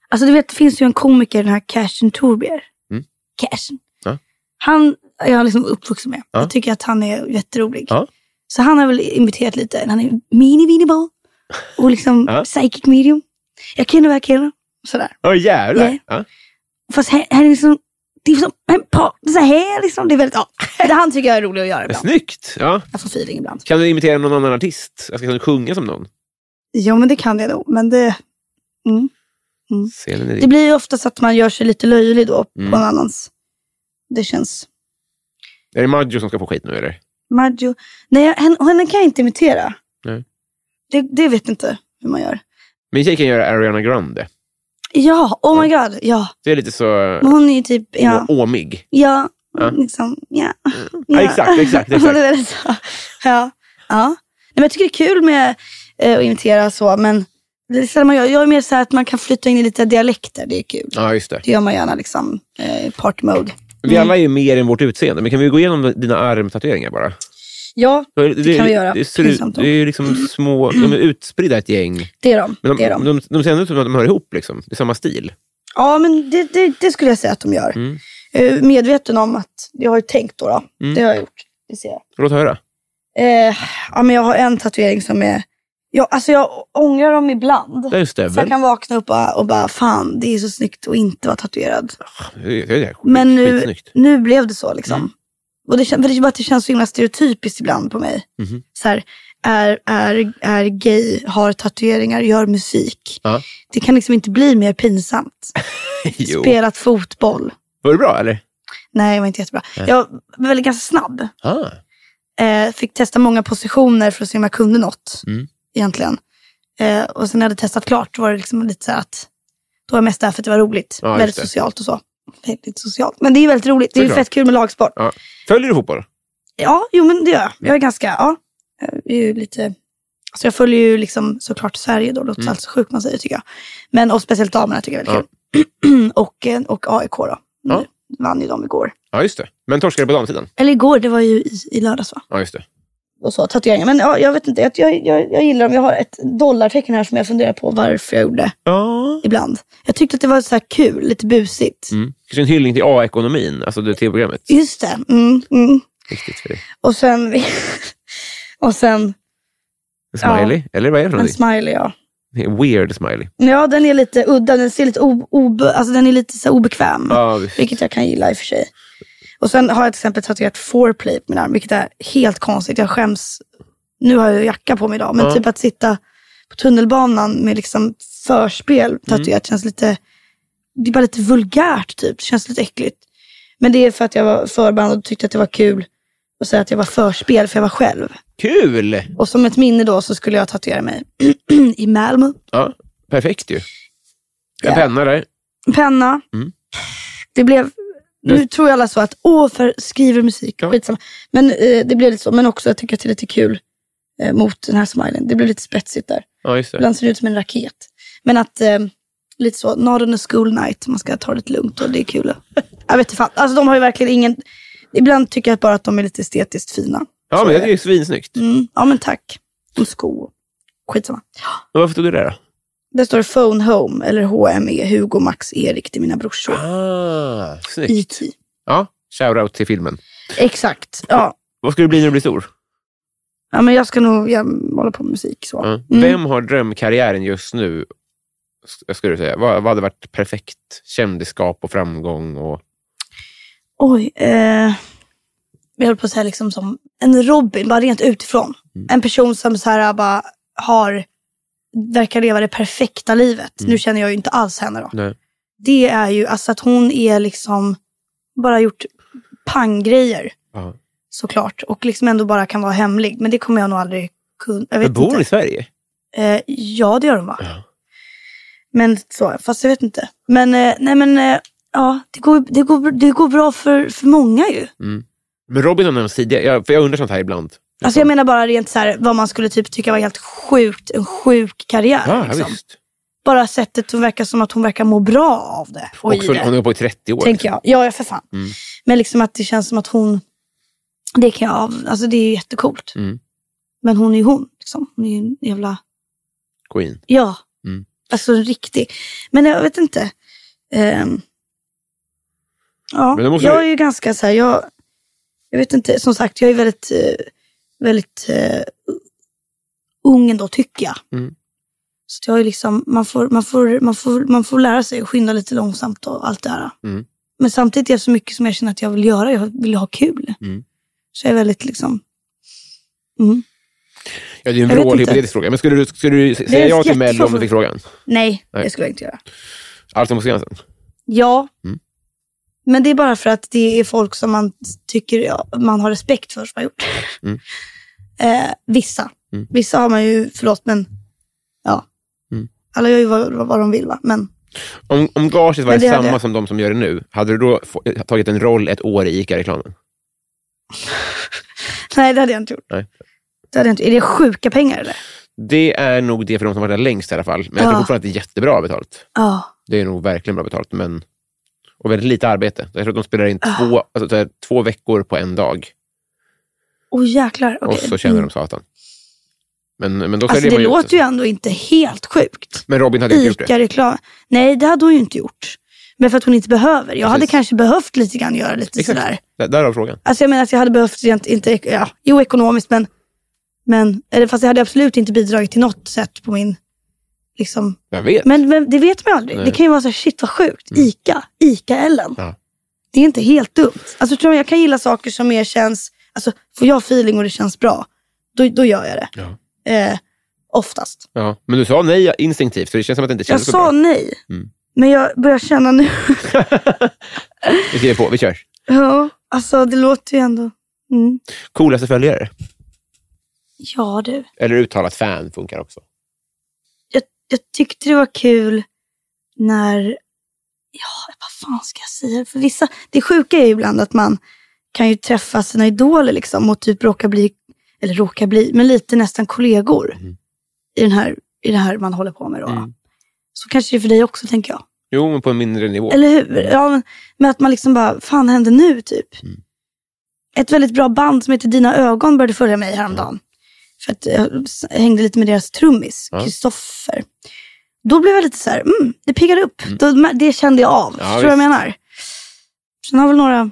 Speaker 2: Alltså du vet, det finns ju en komiker, den här Cashen Torbjer.
Speaker 1: Mm.
Speaker 2: Cashen.
Speaker 1: Ja.
Speaker 2: Han är jag liksom uppvuxen med.
Speaker 1: Ja.
Speaker 2: Jag tycker att han är jätterolig.
Speaker 1: Ja.
Speaker 2: Så han har väl imiterat lite. Han är mini mini ball och liksom
Speaker 1: Ja.
Speaker 2: psychic medium. Jag känner vad jag känner. Sådär.
Speaker 1: Åh jävlar.
Speaker 2: Nej.
Speaker 1: Ja.
Speaker 2: Fast här, här är liksom, det är som en part. Så här liksom. Det är väldigt, ja. Det han tycker jag är rolig att göra ibland.
Speaker 1: Snyggt. Ja.
Speaker 2: Jag får feeling ibland.
Speaker 1: Kan du imitera någon annan artist? Jag ska kunna sjunga som någon.
Speaker 2: Ja men det kan jag nog. Men det,
Speaker 1: Selen är
Speaker 2: Mm. det blir ju oftast att man gör sig lite löjlig då
Speaker 1: Mm.
Speaker 2: på någon annans. Det känns
Speaker 1: Är det Maggio som ska få skit nu eller?
Speaker 2: Maggio. Nej, jag- henne, henne kan jag inte imitera.
Speaker 1: Nej.
Speaker 2: Det, det vet jag inte hur man gör.
Speaker 1: Min tjej kan göra Ariana Grande.
Speaker 2: Ja, oh my god. Ja,
Speaker 1: Det är lite så
Speaker 2: Men hon är ju typ, ja.
Speaker 1: ja. åmig.
Speaker 2: Ja,
Speaker 1: Ja.
Speaker 2: liksom, ja.
Speaker 1: Ja, exakt, exakt,
Speaker 2: Det
Speaker 1: exakt.
Speaker 2: är väldigt så. ja, ja. Nej, men jag tycker det är kul med eh, att imitera så, men det är sällan man gör. jag är mer så här att man kan flytta in i lite dialekter. Det är kul.
Speaker 1: Ja, just det.
Speaker 2: Det gör man gärna liksom, eh, i party mode.
Speaker 1: Vi alla är ju mer än vårt utseende, men kan vi gå igenom dina armtatueringar bara?
Speaker 2: Ja,
Speaker 1: Det,
Speaker 2: kan vi göra.
Speaker 1: Det, ser ut,
Speaker 2: Pinsamt
Speaker 1: det
Speaker 2: då.
Speaker 1: är ju liksom små, de är utspridda ett gäng.
Speaker 2: det är de.
Speaker 1: Men
Speaker 2: det
Speaker 1: de,
Speaker 2: är de.
Speaker 1: de, de, ser ändå ut som att de hör ihop, liksom. det är samma stil.
Speaker 2: Ja, men det, det, det skulle jag säga att de gör.
Speaker 1: Mm.
Speaker 2: Jag är medveten om att jag har ju tänkt då. då.
Speaker 1: Mm.
Speaker 2: Det har jag gjort. Det ser jag.
Speaker 1: Låt höra.
Speaker 2: Eh, ja, men jag har en tatuering som är... Jag, alltså jag ångrar dem ibland.
Speaker 1: Där är stöveln.
Speaker 2: Så jag kan vakna upp och, bara- och bara, fan det är så snyggt att inte vara tatuerad.
Speaker 1: Det är- det är skit-
Speaker 2: Men nu,
Speaker 1: skitsnyggt.
Speaker 2: nu blev det så
Speaker 1: Mm.
Speaker 2: liksom. Och det, kän- för det, är bara att det känns så himla stereotypiskt ibland på mig.
Speaker 1: Mhm.
Speaker 2: Så här, är, är, är gay, har tatueringar, gör musik.
Speaker 1: Ja.
Speaker 2: Det kan liksom inte bli mer pinsamt.
Speaker 1: Jo.
Speaker 2: Spelat fotboll.
Speaker 1: Var det bra, eller?
Speaker 2: Nej, jag var inte jättebra.
Speaker 1: Nej.
Speaker 2: Jag var väldigt ganska snabb.
Speaker 1: Ah.
Speaker 2: Eh, fick testa många positioner för att se om jag kunde något
Speaker 1: Mm.
Speaker 2: egentligen. Eh, och sen när jag hade testat klart var det liksom lite så här att då var jag mest där för att det var roligt.
Speaker 1: Ja, just
Speaker 2: väldigt
Speaker 1: det.
Speaker 2: socialt och så. Väldigt socialt. Men det är väldigt roligt. Det är ju
Speaker 1: Såklart.
Speaker 2: fett kul med lagsport.
Speaker 1: Ja. Följer du fotboll?
Speaker 2: Ja, jo men det gör jag. Jag är ganska, ja. Jag är ju lite Så jag följer ju liksom såklart Sverige då,
Speaker 1: Mm.
Speaker 2: låter allt så sjukt man säger tycker jag. Men och speciellt damerna tycker jag är väldigt kul. och, eh, och AIK då.
Speaker 1: Ja.
Speaker 2: Vann ju dem igår.
Speaker 1: Ja, just det. Men torskade på damsidan.
Speaker 2: Eller igår, det var ju i, i lördags va?
Speaker 1: Ja, just det.
Speaker 2: Och så tatueringar. Men ja, jag vet inte, jag, jag, jag, jag gillar dem. Jag har ett dollartecken här som jag funderar på varför jag gjorde
Speaker 1: Ja.
Speaker 2: ibland. Jag tyckte att det var så här kul, lite busigt.
Speaker 1: Mm. Kanske en hyllning till A-ekonomin, alltså det tv-programmet.
Speaker 2: Just det. Mm, mm.
Speaker 1: Viktigt för dig.
Speaker 2: Och sen... och sen
Speaker 1: En smiley, eller vad är det för
Speaker 2: en
Speaker 1: någonting?
Speaker 2: smiley, ja.
Speaker 1: Det är en Weird smiley.
Speaker 2: Ja, den är lite udda. Den ser lite, o- obe, alltså, den är lite så här obekväm.
Speaker 1: Ja, visst.
Speaker 2: Vilket jag kan gilla i och för sig. Och sen har jag till exempel tatuerat foreplay på min arm, vilket är helt konstigt. Jag skäms. Nu har jag ju jacka på mig idag, men
Speaker 1: Ja.
Speaker 2: typ att sitta på tunnelbanan med liksom förspel tatuerat känns lite... Det är bara lite vulgärt typ. Det känns lite äckligt. Men det är för att jag var förband och tyckte att det var kul att säga att jag var förspel, för jag var själv.
Speaker 1: Kul!
Speaker 2: Och som ett minne då så skulle jag tatuera mig i Malmö.
Speaker 1: Ja, perfekt ju. En
Speaker 2: Ja.
Speaker 1: penna där.
Speaker 2: penna.
Speaker 1: Mm.
Speaker 2: Det blev, nu
Speaker 1: Nu-
Speaker 2: tror ju alla så att, åh, för skriver musik,
Speaker 1: Ja.
Speaker 2: skitsamma. Men eh, det blev lite så, men också jag tycker att det är lite kul eh, mot den här smilen. Det blev lite spetsigt där.
Speaker 1: Ja, just det.
Speaker 2: Ibland ser det ut som en raket. Men att, eh, lite så, not on a school night, man ska ta det lite lugnt och det är kul. att- jag vet inte fan, alltså de har ju verkligen ingen, ibland tycker jag bara att de är lite estetiskt fina.
Speaker 1: Ja, men det är ju svinsnyggt.
Speaker 2: Mm. Ja men tack. Och sko, skitsamma.
Speaker 1: Men varför tog du det då?
Speaker 2: Där står det Phone Home, eller HME, Hugo, Max, Erik, till mina brorsor.
Speaker 1: Ah, snyggt.
Speaker 2: IT.
Speaker 1: Ja, shoutout till filmen.
Speaker 2: Exakt, ja.
Speaker 1: Vad ska du bli när du blir stor?
Speaker 2: Ja, men jag ska nog jag, hålla på med musik. Så.
Speaker 1: Ja.
Speaker 2: Mm.
Speaker 1: Vem har drömkarriären just nu? s- Skulle du säga. Vad, vad hade varit perfekt kändisskap och framgång? Och...
Speaker 2: Oj. Eh, jag höll på att säga liksom som en Robin, bara rent utifrån.
Speaker 1: Mm.
Speaker 2: En person som så här, bara har, verkar leva det perfekta livet. Nu känner jag ju inte alls henne då.
Speaker 1: Mm. Nej.
Speaker 2: Det är ju alltså att hon är liksom, bara gjort panggrejer
Speaker 1: Ja.
Speaker 2: såklart. Och liksom ändå bara kan vara hemlig. Men det kommer jag nog aldrig kunna. Jag vet
Speaker 1: Men bor
Speaker 2: inte.
Speaker 1: i Sverige?
Speaker 2: Eh, ja, det gör de va?
Speaker 1: Ja.
Speaker 2: Men så, fast jag vet inte. Men, eh, nej men, eh, ja, det går, det går, det går bra för, för många ju.
Speaker 1: Men Robin har nämnts tidigare, jag, för jag undrar sånt här ibland.
Speaker 2: Alltså jag menar bara rent så här, vad man skulle typ tycka var helt sjukt, en sjuk karriär.
Speaker 1: Ja,
Speaker 2: liksom.
Speaker 1: visst.
Speaker 2: Bara sättet hon verkar som att hon verkar må bra av det. Och,
Speaker 1: Och
Speaker 2: i
Speaker 1: för,
Speaker 2: det,
Speaker 1: hon har på i 30 år.
Speaker 2: tänker jag. Ja, ja, för fan.
Speaker 1: Mm.
Speaker 2: Men liksom att det känns som att hon, det kan jag, alltså det är ju jättecoolt.
Speaker 1: Mm.
Speaker 2: Men hon är ju hon, liksom. Hon är ju en jävla
Speaker 1: Queen.
Speaker 2: Ja.
Speaker 1: Mm.
Speaker 2: Alltså en riktig. Men jag vet inte. Ehm. ja,
Speaker 1: Men då måste
Speaker 2: jag
Speaker 1: du-
Speaker 2: är ju ganska så här, jag, jag vet inte, som sagt, jag är väldigt, eh, väldigt eh, ung ändå tycker jag.
Speaker 1: Mm.
Speaker 2: Så att jag är liksom, man får, man, får, man, får, man får lära sig att skynda lite långsamt och allt det här.
Speaker 1: Mm.
Speaker 2: Men samtidigt är det så mycket som jag känner att jag vill göra, jag vill ha kul.
Speaker 1: Mm.
Speaker 2: Så jag är väldigt liksom,
Speaker 1: Ja, det är
Speaker 2: Jag
Speaker 1: en
Speaker 2: vet
Speaker 1: vrål
Speaker 2: inte.
Speaker 1: hypotetisk fråga. Men skulle du, skulle du
Speaker 2: Det är
Speaker 1: säga
Speaker 2: en
Speaker 1: ja till Mello om du
Speaker 2: jättefråga.
Speaker 1: fick frågan?
Speaker 2: nej,
Speaker 1: Nej.
Speaker 2: det skulle jag inte göra.
Speaker 1: Allsång på Skansen?
Speaker 2: Ja.
Speaker 1: Mm.
Speaker 2: Men det är bara för att det är folk som man tycker ja, man har respekt för som har gjort det.
Speaker 1: Mm.
Speaker 2: Eh, vissa.
Speaker 1: Mm.
Speaker 2: Vissa har man ju, förlåt men, ja.
Speaker 1: Mm.
Speaker 2: Alla gör ju vad, vad de vill va. Men
Speaker 1: Om, om gaget var
Speaker 2: Men det
Speaker 1: samma
Speaker 2: hade jag.
Speaker 1: som de som gör det nu, hade du då få, tagit en roll ett år i ICA-reklamen?
Speaker 2: nej, det hade jag inte gjort.
Speaker 1: Nej.
Speaker 2: Det hade jag inte, är det sjuka pengar eller?
Speaker 1: Det är nog det för de som har varit där längst i alla fall. Men jag tror
Speaker 2: Ja.
Speaker 1: fortfarande att det är jättebra betalt.
Speaker 2: Ja.
Speaker 1: Det är nog verkligen bra betalt. Men, och väldigt lite arbete. Jag tror att de spelar in
Speaker 2: Ah.
Speaker 1: två, alltså, så här, två veckor på en dag.
Speaker 2: Åh jäklar.
Speaker 1: Och
Speaker 2: okej.
Speaker 1: så tjänar de satan. Men, men då
Speaker 2: Alltså
Speaker 1: säljer
Speaker 2: det
Speaker 1: man ju
Speaker 2: låter ju ändå inte helt sjukt.
Speaker 1: Men Robin hade inte gjort det.
Speaker 2: Ica-reklam. Nej, det hade hon ju inte gjort. Men för att hon inte behöver. Jag hade
Speaker 1: Precis.
Speaker 2: kanske behövt lite grann göra lite
Speaker 1: Exakt.
Speaker 2: sådär.
Speaker 1: Där- Därav frågan.
Speaker 2: Alltså jag menar att jag hade behövt rent, inte, ek- ja, jo ekonomiskt men, men eller fast jag hade absolut inte bidragit till något sätt på min, liksom.
Speaker 1: Jag vet.
Speaker 2: Men, men det vet man ju aldrig.
Speaker 1: Nej. Mm.
Speaker 2: Det kan ju vara så här, shit vad sjukt, ICA, ICA-Ellen.
Speaker 1: Ja.
Speaker 2: Det är inte helt dumt. Alltså tror jag, jag kan gilla saker som mer känns, alltså får jag feeling och det känns bra, då, då gör jag det.
Speaker 1: Ja.
Speaker 2: Eh, oftast.
Speaker 1: Ja. Men du sa nej instinktivt, så det känns som att det inte
Speaker 2: Jag
Speaker 1: kändes så
Speaker 2: sa
Speaker 1: bra.
Speaker 2: nej,
Speaker 1: Mm.
Speaker 2: men jag börjar känna nu,
Speaker 1: Vi skriver på, vi kör.
Speaker 2: ja, alltså det låter ju ändå, mm.
Speaker 1: Coolaste följare?
Speaker 2: ja du.
Speaker 1: Eller uttalat fan funkar också.
Speaker 2: jag, jag tyckte det var kul när, ja vad fan ska jag säga? För vissa, det sjuka är ju ibland att man kan ju träffa sina idoler liksom och typ råka bli, eller råka bli, men lite nästan kollegor. i, den här, i det här man håller på med då.
Speaker 1: Mm.
Speaker 2: Så kanske det är för dig också, tänker jag.
Speaker 1: Jo, men på en mindre nivå.
Speaker 2: Eller hur? Ja, men, men att man liksom bara, fan händer nu typ?
Speaker 1: Mm.
Speaker 2: Ett väldigt bra band som heter Dina ögon började följa mig häromdagen. För att jag s- hängde lite med deras trummis,
Speaker 1: Ja.
Speaker 2: Kristoffer. Då blev jag lite så här, mm, det piggade upp. Då, men det kände jag av.
Speaker 1: Ja,
Speaker 2: Förstår du vad jag
Speaker 1: visst.
Speaker 2: menar? Sen har väl några,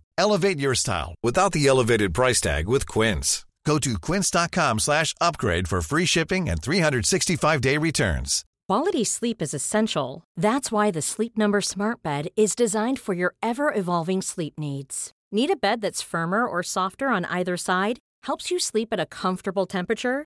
Speaker 5: Elevate your style without the elevated price tag with Quince. Go to quince.com slash upgrade for free shipping and 365-day returns.
Speaker 6: Quality sleep is essential. That's why the Sleep Number Smart Bed is designed for your ever evolving sleep needs. Need a bed that's firmer or softer on either side? Helps you sleep at a comfortable temperature?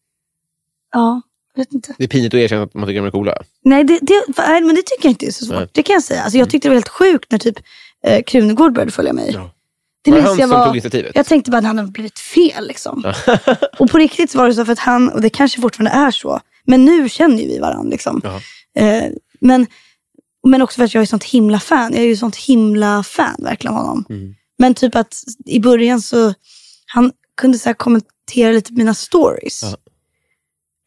Speaker 2: ja, jag vet inte.
Speaker 1: Det är pinigt att erkänna att man tycker de är coola.
Speaker 2: Nej, det, det, nej, men det tycker jag inte är så svårt.
Speaker 1: Nej. Mm.
Speaker 2: Det kan jag säga. Alltså, jag tyckte det var helt sjukt när typ eh, Krunegård började följa mig.
Speaker 1: Ja.
Speaker 2: Det
Speaker 1: Var det
Speaker 2: minns
Speaker 1: han
Speaker 2: jag
Speaker 1: som
Speaker 2: var-
Speaker 1: tog initiativet?
Speaker 2: Jag tänkte bara att han hade blivit fel liksom. och på riktigt var det så för att han, och det kanske fortfarande är så, men nu känner ju vi varandra liksom.
Speaker 1: Ja.
Speaker 2: Eh, men, men också för att jag är sånt himla fan. Jag är ju sånt himla fan verkligen av honom.
Speaker 1: Mm.
Speaker 2: Men typ att i början så, han kunde så här kommentera lite på mina stories.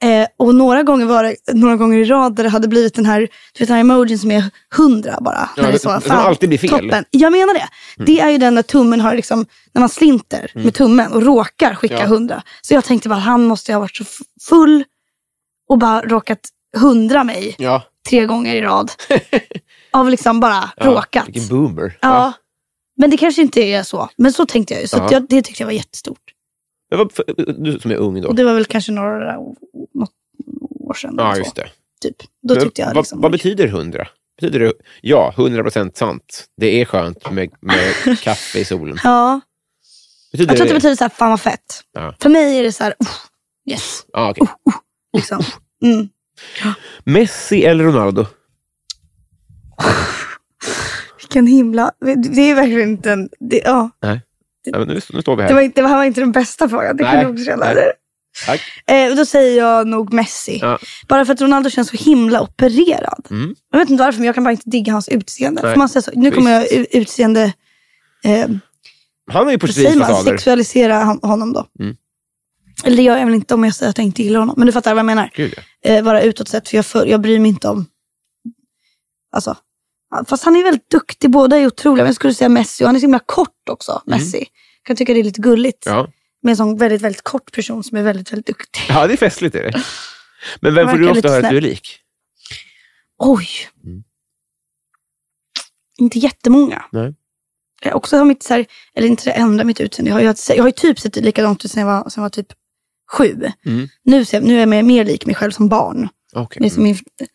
Speaker 2: Eh, och några gånger var det, några gånger i rad där det hade blivit den här, du vet den här emojin som är hundra bara.
Speaker 1: Ja,
Speaker 2: när det är
Speaker 1: det-
Speaker 2: så,
Speaker 1: som
Speaker 2: fan,
Speaker 1: alltid blir fel. Mm.
Speaker 2: Toppen. Jag menar det. Det är ju den där tummen har liksom, när man slinter med tummen och råkar skicka
Speaker 1: Ja.
Speaker 2: hundra. Så jag tänkte bara, han måste ju ha varit så f- full och bara råkat hundra mig
Speaker 1: Ja.
Speaker 2: tre gånger i rad. av liksom bara råkat.
Speaker 1: Vilken boomer.
Speaker 2: Ja. Men det kanske inte är så. Men så tänkte jag ju. Så att
Speaker 1: Ja.
Speaker 2: jag, det tyckte jag var jättestort.
Speaker 1: Men vad- för- Du som är ung då.
Speaker 2: Och det var väl kanske några något år sedan. eller
Speaker 1: Ja,
Speaker 2: så,
Speaker 1: just det.
Speaker 2: Typ. Då
Speaker 1: Men
Speaker 2: tyckte jag
Speaker 1: vad,
Speaker 2: liksom...
Speaker 1: vad betyder hundra? Betyder det, ja, hundra procent sant. Det är skönt med, med kaffe i solen.
Speaker 2: ja.
Speaker 1: Betyder
Speaker 2: Jag tror att det betyder så här, fan vad fett.
Speaker 1: Ja.
Speaker 2: För mig är det så här, "Oh, yes.
Speaker 1: Ja, okej.
Speaker 2: Liksom. Mm.
Speaker 1: Messi eller Ronaldo?
Speaker 2: Vilken himla... Det är verkligen inte en... Det, ja.
Speaker 1: Ja, men nu, nu står vi här.
Speaker 2: det, var inte, det här var inte den bästa frågan. Det kan
Speaker 1: Nej.
Speaker 2: du också känna.
Speaker 1: Nej. Tack.
Speaker 2: Eh, då säger jag nog Messi.
Speaker 1: Ja.
Speaker 2: Bara för att Ronaldo känns så himla opererad.
Speaker 1: Mm.
Speaker 2: Jag vet inte varför, men jag kan bara inte digga hans utseende.
Speaker 1: Nej.
Speaker 2: Får man säga så? Nu kommer jag u- utseende... Eh,
Speaker 1: Han är ju
Speaker 2: vad säger man?
Speaker 1: porslinsfasader.
Speaker 2: Sexualisera han- honom då.
Speaker 1: Mm.
Speaker 2: Eller det gör jag väl inte om jag säger att jag inte gillar honom. Men du fattar vad jag menar.
Speaker 1: Gud, ja.
Speaker 2: Eh, vara utåt sett, för jag, för jag bryr mig inte om... Alltså, ja, fast han är väldigt duktig, båda är otroliga. Men jag skulle säga Messi, och han är så himla kort också, Messi. Jag kan tycka det är lite gulligt.
Speaker 1: Mm. Ja.
Speaker 2: Med en sån väldigt, väldigt kort person som är väldigt, väldigt duktig.
Speaker 1: ja, det är festligt. Är det. Men vem får
Speaker 2: verkar
Speaker 1: du
Speaker 2: lite
Speaker 1: ofta höra att
Speaker 2: snäll.
Speaker 1: du är lik?
Speaker 2: Oj.
Speaker 1: Mm.
Speaker 2: Inte jättemånga.
Speaker 1: Nej.
Speaker 2: Jag har också har mitt, så här, eller inte det enda mitt utseende. Jag har, ju haft- jag har ju typ sett likadant ut sen jag var, sen jag var typ sju.
Speaker 1: Mm.
Speaker 2: Nu, ser jag, nu är jag mer, mer lik mig själv som barn.
Speaker 1: Okej. mm,
Speaker 2: Med min f-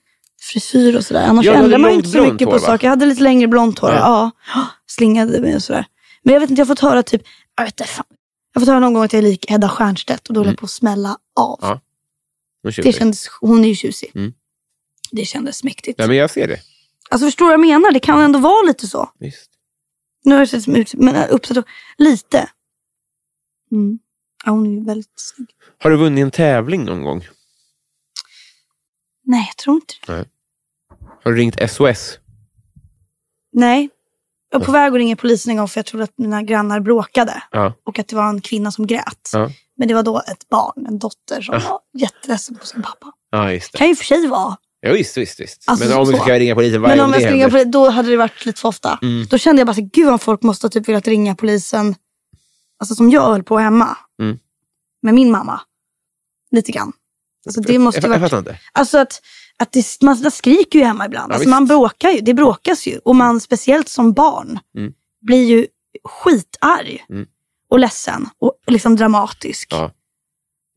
Speaker 2: frisyr och sådär. Annars
Speaker 1: Ja, du hade
Speaker 2: ändrar man ju
Speaker 1: långt
Speaker 2: inte så
Speaker 1: blont
Speaker 2: mycket
Speaker 1: hår,
Speaker 2: på
Speaker 1: va?
Speaker 2: saker. Jag hade lite längre blont hår. Ja. Ah, Slingade mig och sådär. Men jag vet inte, jag har fått höra typ, jag vet inte, fan. Jag har fått höra någon gång att jag är lik Hedda Stiernstedt och då höll jag på att smälla av.
Speaker 1: Mm. Ja, Nu kör
Speaker 2: det
Speaker 1: vi.
Speaker 2: kändes, hon är ju tjusig.
Speaker 1: Mm.
Speaker 2: Det kändes mäktigt.
Speaker 1: Ja, men jag ser det.
Speaker 2: Alltså förstår du vad jag menar? Det kan ändå vara lite så.
Speaker 1: Visst.
Speaker 2: Nu har jag sett som ut, men äh, uppsatt och, lite. Mm. Ja, hon är ju väldigt snygg.
Speaker 1: Har du vunnit en tävling någon gång?
Speaker 2: Nej, jag tror inte det.
Speaker 1: Har du ringt SOS?
Speaker 2: Nej. Jag var på väg att ringa polisen en gång för jag trodde att mina grannar bråkade.
Speaker 1: Ja.
Speaker 2: Och att det var en kvinna som grät.
Speaker 1: Ja.
Speaker 2: Men det var då ett barn, en dotter, som var jätteledsen på sin pappa.
Speaker 1: Ja, just det.
Speaker 2: Kan ju för sig vara.
Speaker 1: Ja, visst, visst, visst.
Speaker 2: Alltså,
Speaker 1: men om du
Speaker 2: så.
Speaker 1: ska ringa polisen varje
Speaker 2: Men
Speaker 1: gång
Speaker 2: om jag
Speaker 1: det
Speaker 2: skulle ringa
Speaker 1: händer.
Speaker 2: polisen, då hade det varit lite för ofta.
Speaker 1: Mm.
Speaker 2: Då kände jag bara, så, här, gud vad folk måste ha typ velat ringa polisen. Alltså som jag höll på hemma.
Speaker 1: Mm.
Speaker 2: Med min mamma. Lite grann. Alltså det måste ju
Speaker 1: jag, jag
Speaker 2: varit
Speaker 1: fattar inte.
Speaker 2: Alltså att, att det, man man skriker ju hemma ibland.
Speaker 1: Ja, visst.
Speaker 2: alltså man bråkar ju, det bråkas ju. Och man, speciellt som barn,
Speaker 1: Mm.
Speaker 2: blir ju skitarg
Speaker 1: Mm.
Speaker 2: och ledsen och liksom dramatisk.
Speaker 1: Ja.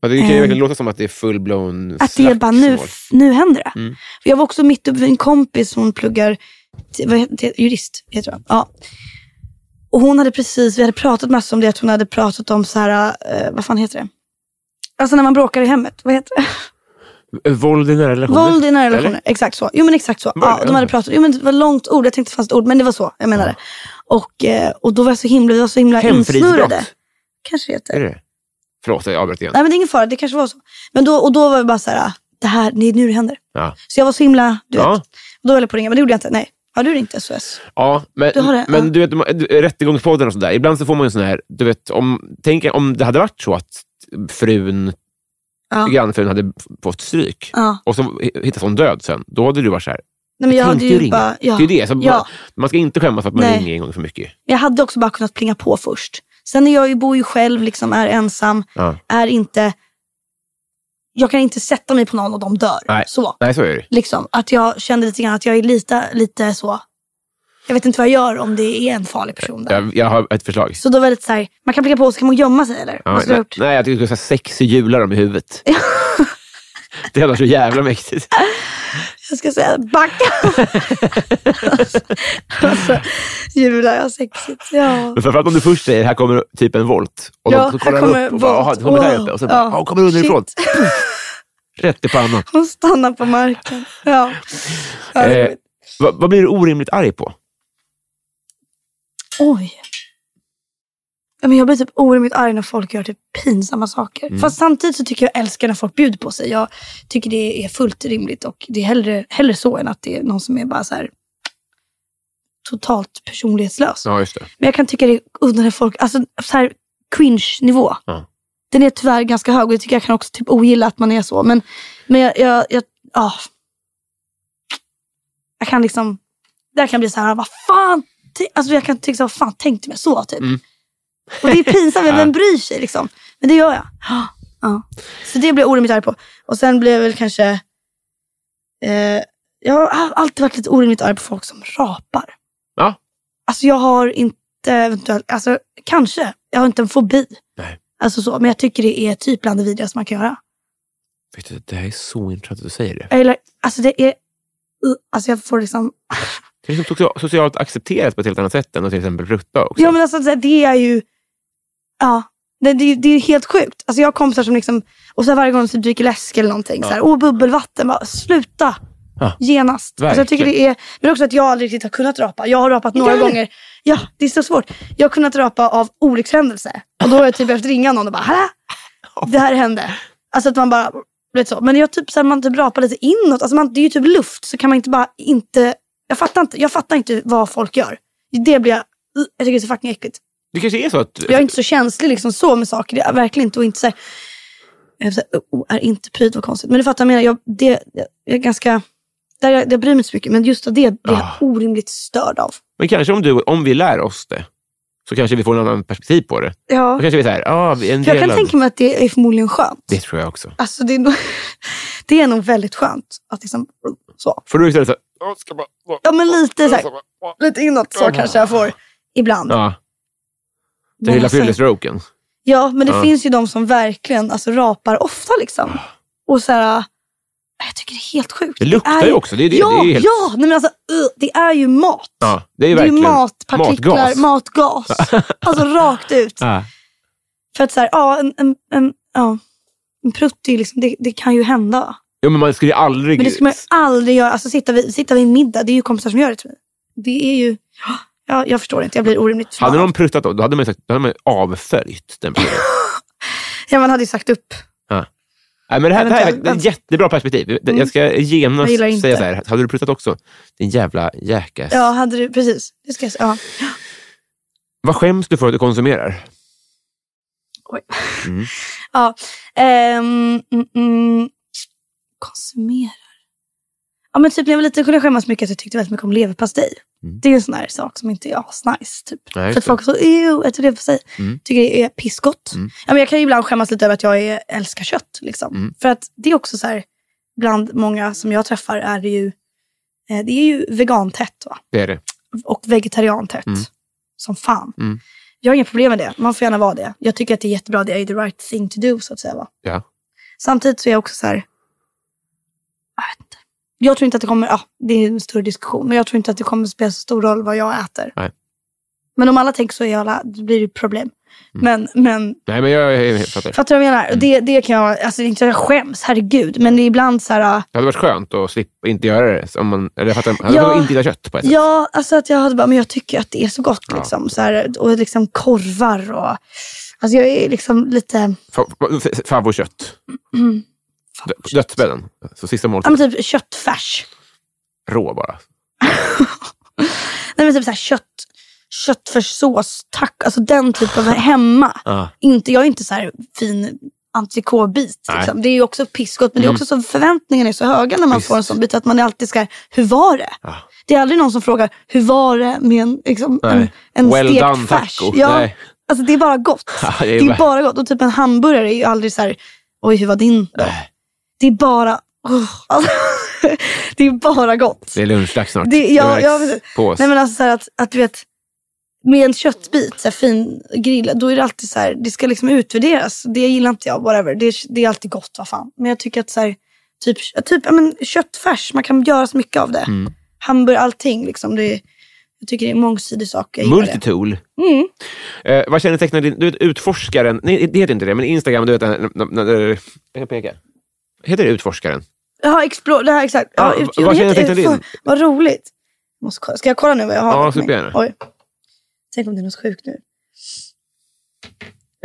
Speaker 1: Ja, det kan ju
Speaker 2: Ehm.
Speaker 1: verkligen låta som att det är full-blown
Speaker 2: Att det är bara nu,
Speaker 1: slagsmål.
Speaker 2: nu händer det.
Speaker 1: Mm.
Speaker 2: För jag var också mitt uppe, en kompis hon pluggar t- vad heter, det? jurist, heter det. Ja. Och hon hade precis, vi hade pratat massa om det, att hon hade pratat om så här, eh, vad fan heter det? Alltså när man bråkar i hemmet, vad heter det?
Speaker 1: Eh, Våld i nära relationer?
Speaker 2: Våld i nära
Speaker 1: Eller?
Speaker 2: relationer, exakt så. Jo men exakt så.
Speaker 1: Var det?
Speaker 2: Ja, de hade pratat, jo men det var långt ord, jag tänkte fast ord, men det var så jag menade. Och, eh, och då var jag så himla, vi var så himla
Speaker 1: Hemfridsbrott?
Speaker 2: insnurrade. Kanske heter
Speaker 1: Är det det? Förlåt, jag avbröt igen.
Speaker 2: Nej men det är ingen fara, det kanske var så. Men då, och då var vi bara så här, ah, det här, det är nu det händer.
Speaker 1: Ja.
Speaker 2: Så jag var så himla, du
Speaker 1: Ja.
Speaker 2: vet. Och då höll jag på att ringa, men det gjorde jag inte. Nej, har du ringt SOS?
Speaker 1: Ja, men,
Speaker 2: Du har det,
Speaker 1: men
Speaker 2: ja.
Speaker 1: du vet, de- du- rättegångspodden och sådär. Ibland så får man ju en sån här, du vet, om, tänk om det hade varit så att frun,
Speaker 2: Ja.
Speaker 1: grannfrun hade fått stryk
Speaker 2: Ja.
Speaker 1: och så hittas hon död sen. Då hade du varit så här.
Speaker 2: Nej, men jag, hade
Speaker 1: tänkte
Speaker 2: ju
Speaker 1: ringa.
Speaker 2: bara, ja,
Speaker 1: Det är ju det. Så man,
Speaker 2: Ja.
Speaker 1: man ska inte skämmas för att man
Speaker 2: Nej.
Speaker 1: ringer en gång för mycket.
Speaker 2: Jag hade också bara kunnat plinga på först. Sen när jag ju bor ju själv, liksom är ensam,
Speaker 1: Ja.
Speaker 2: är inte... Jag kan inte sätta mig på någon och de dör.
Speaker 1: Nej.
Speaker 2: Så,
Speaker 1: Nej, så är det.
Speaker 2: liksom, att jag kände lite grann att jag är lite, lite så... Jag vet inte vad jag gör om det är en farlig person där.
Speaker 1: Jag, jag har ett förslag.
Speaker 2: Så då var det lite så här, man kan plinga på och så kan man gömma sig eller?
Speaker 1: Ja,
Speaker 2: Vad skulle
Speaker 1: nej, jag
Speaker 2: jag ha gjort?
Speaker 1: nej, jag tycker du ska säga sex i jular om i huvudet. det hade varit så jävla mäktigt.
Speaker 2: Jag ska säga backa. alltså, jular, jag sexigt. Ja.
Speaker 1: Men framförallt om du först säger, här kommer typ en volt. Och
Speaker 2: Ja,
Speaker 1: de så
Speaker 2: här
Speaker 1: kollar
Speaker 2: kommer
Speaker 1: upp och bara,
Speaker 2: volt.
Speaker 1: jaha, det kommer där
Speaker 2: Wow.
Speaker 1: uppe. Och så bara,
Speaker 2: Ja.
Speaker 1: ja. hon kommer underifrån. Rätt i pannan.
Speaker 2: Hon stannar på marken. Ja. Ja, det är
Speaker 1: Eh,
Speaker 2: roligt.
Speaker 1: vad, vad blir du orimligt arg på?
Speaker 2: Oj. Ja, men jag blir typ orimligt arg när folk gör typ pinsamma saker.
Speaker 1: Mm.
Speaker 2: Fast samtidigt så tycker jag älskar när folk bjuder på sig. Jag tycker det är fullt rimligt och det är hellre, hellre så än att det är någon som är bara så här totalt personlighetslös.
Speaker 1: Ja, just det.
Speaker 2: Men jag kan tycka det är under när folk, alltså så här cringe-nivå.
Speaker 1: Ja.
Speaker 2: Den är tyvärr ganska hög och jag tycker jag kan också typ ogilla att man är så. Men, men jag, jag, jag, ja. Jag kan liksom, där kan jag bli så här, vad fan, t- alltså jag kan tycka så här, vad fan tänkte jag så typ.
Speaker 1: Mm.
Speaker 2: Och det är pinsamt, men
Speaker 1: Ja.
Speaker 2: vem bryr sig liksom? Men det gör jag. Ja. Så det blir jag orimligt arg på. Och sen blir jag väl kanske, eh, jag har alltid varit lite orimligt arg på folk som rapar.
Speaker 1: Ja.
Speaker 2: Alltså jag har inte eventuellt, alltså kanske, jag har inte en fobi.
Speaker 1: Nej.
Speaker 2: Alltså så, men jag tycker det är typ bland det vidrigaste man kan göra.
Speaker 1: Vet du, det här är så intressant att du säger det.
Speaker 2: Jag gillar, alltså det är, uh, alltså jag får liksom,
Speaker 1: Det är liksom socia- socialt accepterat på ett helt annat sätt än att till exempel prutta också.
Speaker 2: ja men alltså så här, det är ju, ja, det, det, det är helt sjukt. Alltså jag har kompisar som liksom, och så här, varje gång de dricker läsk eller någonting, så här, åh bubbelvatten, bara, sluta.
Speaker 1: Ja.
Speaker 2: Genast. Alltså jag tycker det är, men också att jag aldrig riktigt har kunnat rapa. Jag har rapat några gånger. Ja, det är så svårt. Jag har kunnat rapa av olyckshändelse. Och då har jag typ behövt ringa någon och bara, hallå? det här hände. Alltså att man bara, du vet så. Men jag typ, så här, man typ rapar lite inåt. Alltså man, det är ju typ luft, så kan man inte bara inte... Jag fattar inte, jag fattar inte vad folk gör. Det blir jag... Jag tycker det är så fucking äckligt.
Speaker 1: Det kanske är så att...
Speaker 2: Jag är inte så känslig liksom så med saker. Det är jag verkligen inte. Och inte så här, jag är, så här, oh, är inte pryd, vad konstigt. Men du fattar vad jag menar. Jag, det, jag är ganska... Där jag, jag bryr mig inte så mycket, men just det blir jag
Speaker 1: Ah.
Speaker 2: orimligt störd av.
Speaker 1: Men kanske om, du, om vi lär oss det, så kanske vi får en annan perspektiv på det.
Speaker 2: Ja.
Speaker 1: Då kanske vi är så här, ah, vi är en
Speaker 2: För jag
Speaker 1: del
Speaker 2: kan
Speaker 1: av-
Speaker 2: tänka mig att det är förmodligen skönt.
Speaker 1: Det tror jag också.
Speaker 2: Alltså det, är nog, det är nog väldigt skönt att liksom, så.
Speaker 1: För du är istället så här,
Speaker 2: Ja, men lite så här, lite inåt så kanske jag får ibland.
Speaker 1: ja, det är
Speaker 2: Men
Speaker 1: hela
Speaker 2: alltså-
Speaker 1: fyllestroken.
Speaker 2: Ja, men det
Speaker 1: Ja.
Speaker 2: finns ju de som verkligen alltså, rapar ofta liksom. Och så här, äh, jag tycker det är helt sjukt.
Speaker 1: Det luktar
Speaker 2: är
Speaker 1: ju också. Det är det.
Speaker 2: ja,
Speaker 1: det är helt,
Speaker 2: ja, nej, men alltså, uh, det är ju mat.
Speaker 1: ja, det är ju
Speaker 2: det är ju
Speaker 1: verkligen...
Speaker 2: matpartiklar,
Speaker 1: matgas.
Speaker 2: matgas. alltså rakt ut.
Speaker 1: Ja.
Speaker 2: För att så här, ja, en, en, en, ja, en prutt är ju liksom, det, det kan ju hända.
Speaker 1: ja, men man skulle ju aldrig...
Speaker 2: Men det ska man ju aldrig göra. Alltså sitta vid, sitta vid en middag, det är ju kompisar som gör det till mig. Det är ju, ja, jag förstår inte, jag blir orimligt
Speaker 1: Hade
Speaker 2: förbannad.
Speaker 1: någon pruttat då, då hade man, ju sagt, då hade man ju avföljt den personen.
Speaker 2: Ja, man hade ju sagt upp.
Speaker 1: Nej, men det här, det här är
Speaker 2: Eventuellt.
Speaker 1: ett jättebra perspektiv. Det- Jag ska genast
Speaker 2: Mm. Jag gillar inte.
Speaker 1: säga så här, hade du prutat också? Din jävla jäkas.
Speaker 2: Ja, hade du, precis. Det ska jag säga. Ja.
Speaker 1: Vad skäms du för att du konsumerar?
Speaker 2: Oj.
Speaker 1: Mm.
Speaker 2: ja. ehm, mm, mm, konsumerar. Ja, men typ när jag var liten kunde jag skämmas mycket att jag tyckte väldigt mycket om leverpastej.
Speaker 1: Mm.
Speaker 2: Det är en sån här sak som inte är asnice. Typ.
Speaker 1: Nej, just
Speaker 2: För att
Speaker 1: det.
Speaker 2: folk så, ew, äter leverpastej.
Speaker 1: Mm.
Speaker 2: Tycker det är pissgott.
Speaker 1: Mm.
Speaker 2: Ja, men jag kan ju ibland skämmas lite över att jag är, älskar kött. Liksom.
Speaker 1: Mm.
Speaker 2: För att det är också så här, bland många som jag träffar är det ju, eh, det är ju vegantätt va?
Speaker 1: Det är det.
Speaker 2: och vegetariantätt.
Speaker 1: Mm.
Speaker 2: Som fan.
Speaker 1: Mm.
Speaker 2: Jag har inga problem med det. Man får gärna vara det. Jag tycker att det är jättebra. Det är ju the right thing to do så att säga. Va?
Speaker 1: Ja.
Speaker 2: Samtidigt så är jag också så här. Jag vet inte. Jag tror inte att det kommer, ja det är en stor diskussion, men jag tror inte att det kommer spela så stor roll vad jag äter.
Speaker 1: Nej.
Speaker 2: Men om alla tänker så är alla, då blir det ju problem.
Speaker 1: Mm.
Speaker 2: Men, men
Speaker 1: Nej, men jag, jag, jag fattar.
Speaker 2: fattar du vad jag menar? Det, det kan jag, alltså det är inte att jag skäms, herregud. Men det är ibland så här,
Speaker 1: Det hade varit skönt att slippa inte göra det. så Om man, eller jag fattar, hade
Speaker 2: Ja.
Speaker 1: ja. inte gillat kött på ett sätt.
Speaker 2: Ja, alltså att jag hade bara, men jag tycker att det är så gott.
Speaker 1: Ja.
Speaker 2: Liksom, så här, och liksom korvar och... Alltså jag är liksom lite...
Speaker 1: Fa- fa- f- Favvokött.
Speaker 2: Mm,
Speaker 1: Dö- Dödsbädden. Så sista
Speaker 2: ja,
Speaker 1: måltiden.
Speaker 2: men typ köttfärs.
Speaker 1: Rå bara.
Speaker 2: Nej men typ så här kött, köttfärssås, tack. Alltså den typen av hemma.
Speaker 1: Ah.
Speaker 2: Inte, jag är inte så här fin entrecôtebit.
Speaker 1: Nej.
Speaker 2: Liksom. Det är ju också pissgott, men det är
Speaker 1: Mm.
Speaker 2: också så förväntningarna är så höga när man
Speaker 1: Visst.
Speaker 2: får en sån bit. Att man är alltid ska, hur var det?
Speaker 1: Ja.
Speaker 2: Det är aldrig någon som frågar, hur var det med en, liksom, en,
Speaker 1: Nej.
Speaker 2: en
Speaker 1: well
Speaker 2: stekt
Speaker 1: done
Speaker 2: färs?
Speaker 1: taco.
Speaker 2: Ja,
Speaker 1: Nej.
Speaker 2: Alltså det är bara gott.
Speaker 1: Ja,
Speaker 2: det
Speaker 1: det
Speaker 2: är,
Speaker 1: är bara-
Speaker 2: bara gott. Och typ en hamburgare är ju aldrig så här, oj hur var din då?
Speaker 1: Äh.
Speaker 2: Det är bara, oh, alltså, det är bara gott.
Speaker 1: Det är lunchdags snart.
Speaker 2: Det- ja,
Speaker 1: märks
Speaker 2: ja, precis.
Speaker 1: på oss.
Speaker 2: Nej men alltså så här att, att du vet, med en köttbit, så här fin grillad, då är det alltid så här, det ska liksom utvärderas. Det gillar inte jag, whatever. Det, är- det är alltid gott, vad fan. Men jag tycker att så här, typ, typ ja, men, köttfärs, man kan göra så mycket av det.
Speaker 1: Mm.
Speaker 2: Hamburgare, allting liksom. Det, är- jag tycker det är en mångsidig sak. Jag gillar det.
Speaker 1: Multitool.
Speaker 2: Mm.
Speaker 1: Eh, vad kännetecknar din... Du vet, utforskaren. Nej, det heter inte det, men Instagram, du vet... den- den- den- den- Jag kan peka. Heter det utforskaren?
Speaker 2: Ja, Explore, det här exakt. Ja,
Speaker 1: Ja,
Speaker 2: ut-
Speaker 1: Ah, vad känner
Speaker 2: ut-
Speaker 1: tecknar
Speaker 2: ut-
Speaker 1: din?
Speaker 2: Vad roligt. Jag Måste kolla. Ska jag kolla nu vad jag har?
Speaker 1: Ja,
Speaker 2: bakom mig?
Speaker 1: supergärna.
Speaker 2: Oj. Tänk om det är något sjukt nu.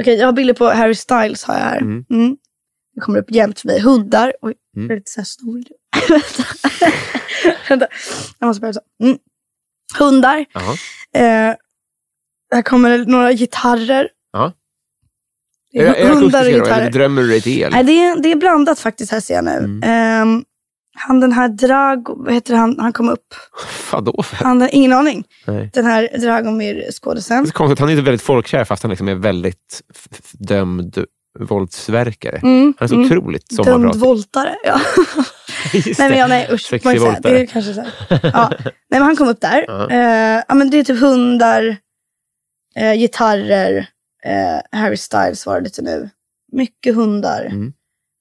Speaker 2: Okej, jag har bilder på Harry Styles har jag här. Mm.
Speaker 1: Mm.
Speaker 2: Det kommer upp jämt för mig. Hundar. Oj,
Speaker 1: Mm.
Speaker 2: jag är lite så här snorig. Vänta. Vänta. Jag måste börja så. Mm. Hundar.
Speaker 1: Jaha.
Speaker 2: Eh, här kommer några gitarrer.
Speaker 1: Ja.
Speaker 2: Det är Hundar och
Speaker 1: akustiska då, eller
Speaker 2: gitarrer.
Speaker 1: drömmer du dig till el?
Speaker 2: Nej, det, är, det är blandat faktiskt här ser jag nu.
Speaker 1: Mm.
Speaker 2: Ehm, han den här Drago, vad heter han, han kom upp?
Speaker 1: Vadå? för-
Speaker 2: Han, ingen aning.
Speaker 1: Nej.
Speaker 2: Den här Dragomir skådisen.
Speaker 1: Det är så konstigt. Han är inte väldigt folkkär fast han liksom är väldigt f- f- dömd våldsverkare.
Speaker 2: Mm,
Speaker 1: Han är så
Speaker 2: mm.
Speaker 1: otroligt
Speaker 2: Dömd
Speaker 1: sommarpratig.
Speaker 2: voltare. Ja. nej, men, ja, nej usch.
Speaker 1: Sexig
Speaker 2: får man ju säga.
Speaker 1: voltare.
Speaker 2: Det är kanske så här. Ja. Nej, men han kom upp där.
Speaker 1: Ja.
Speaker 2: Eh, ja, men det är typ hundar, eh, gitarrer, eh, Harry Styles var det lite nu. Mycket hundar,
Speaker 1: Mm.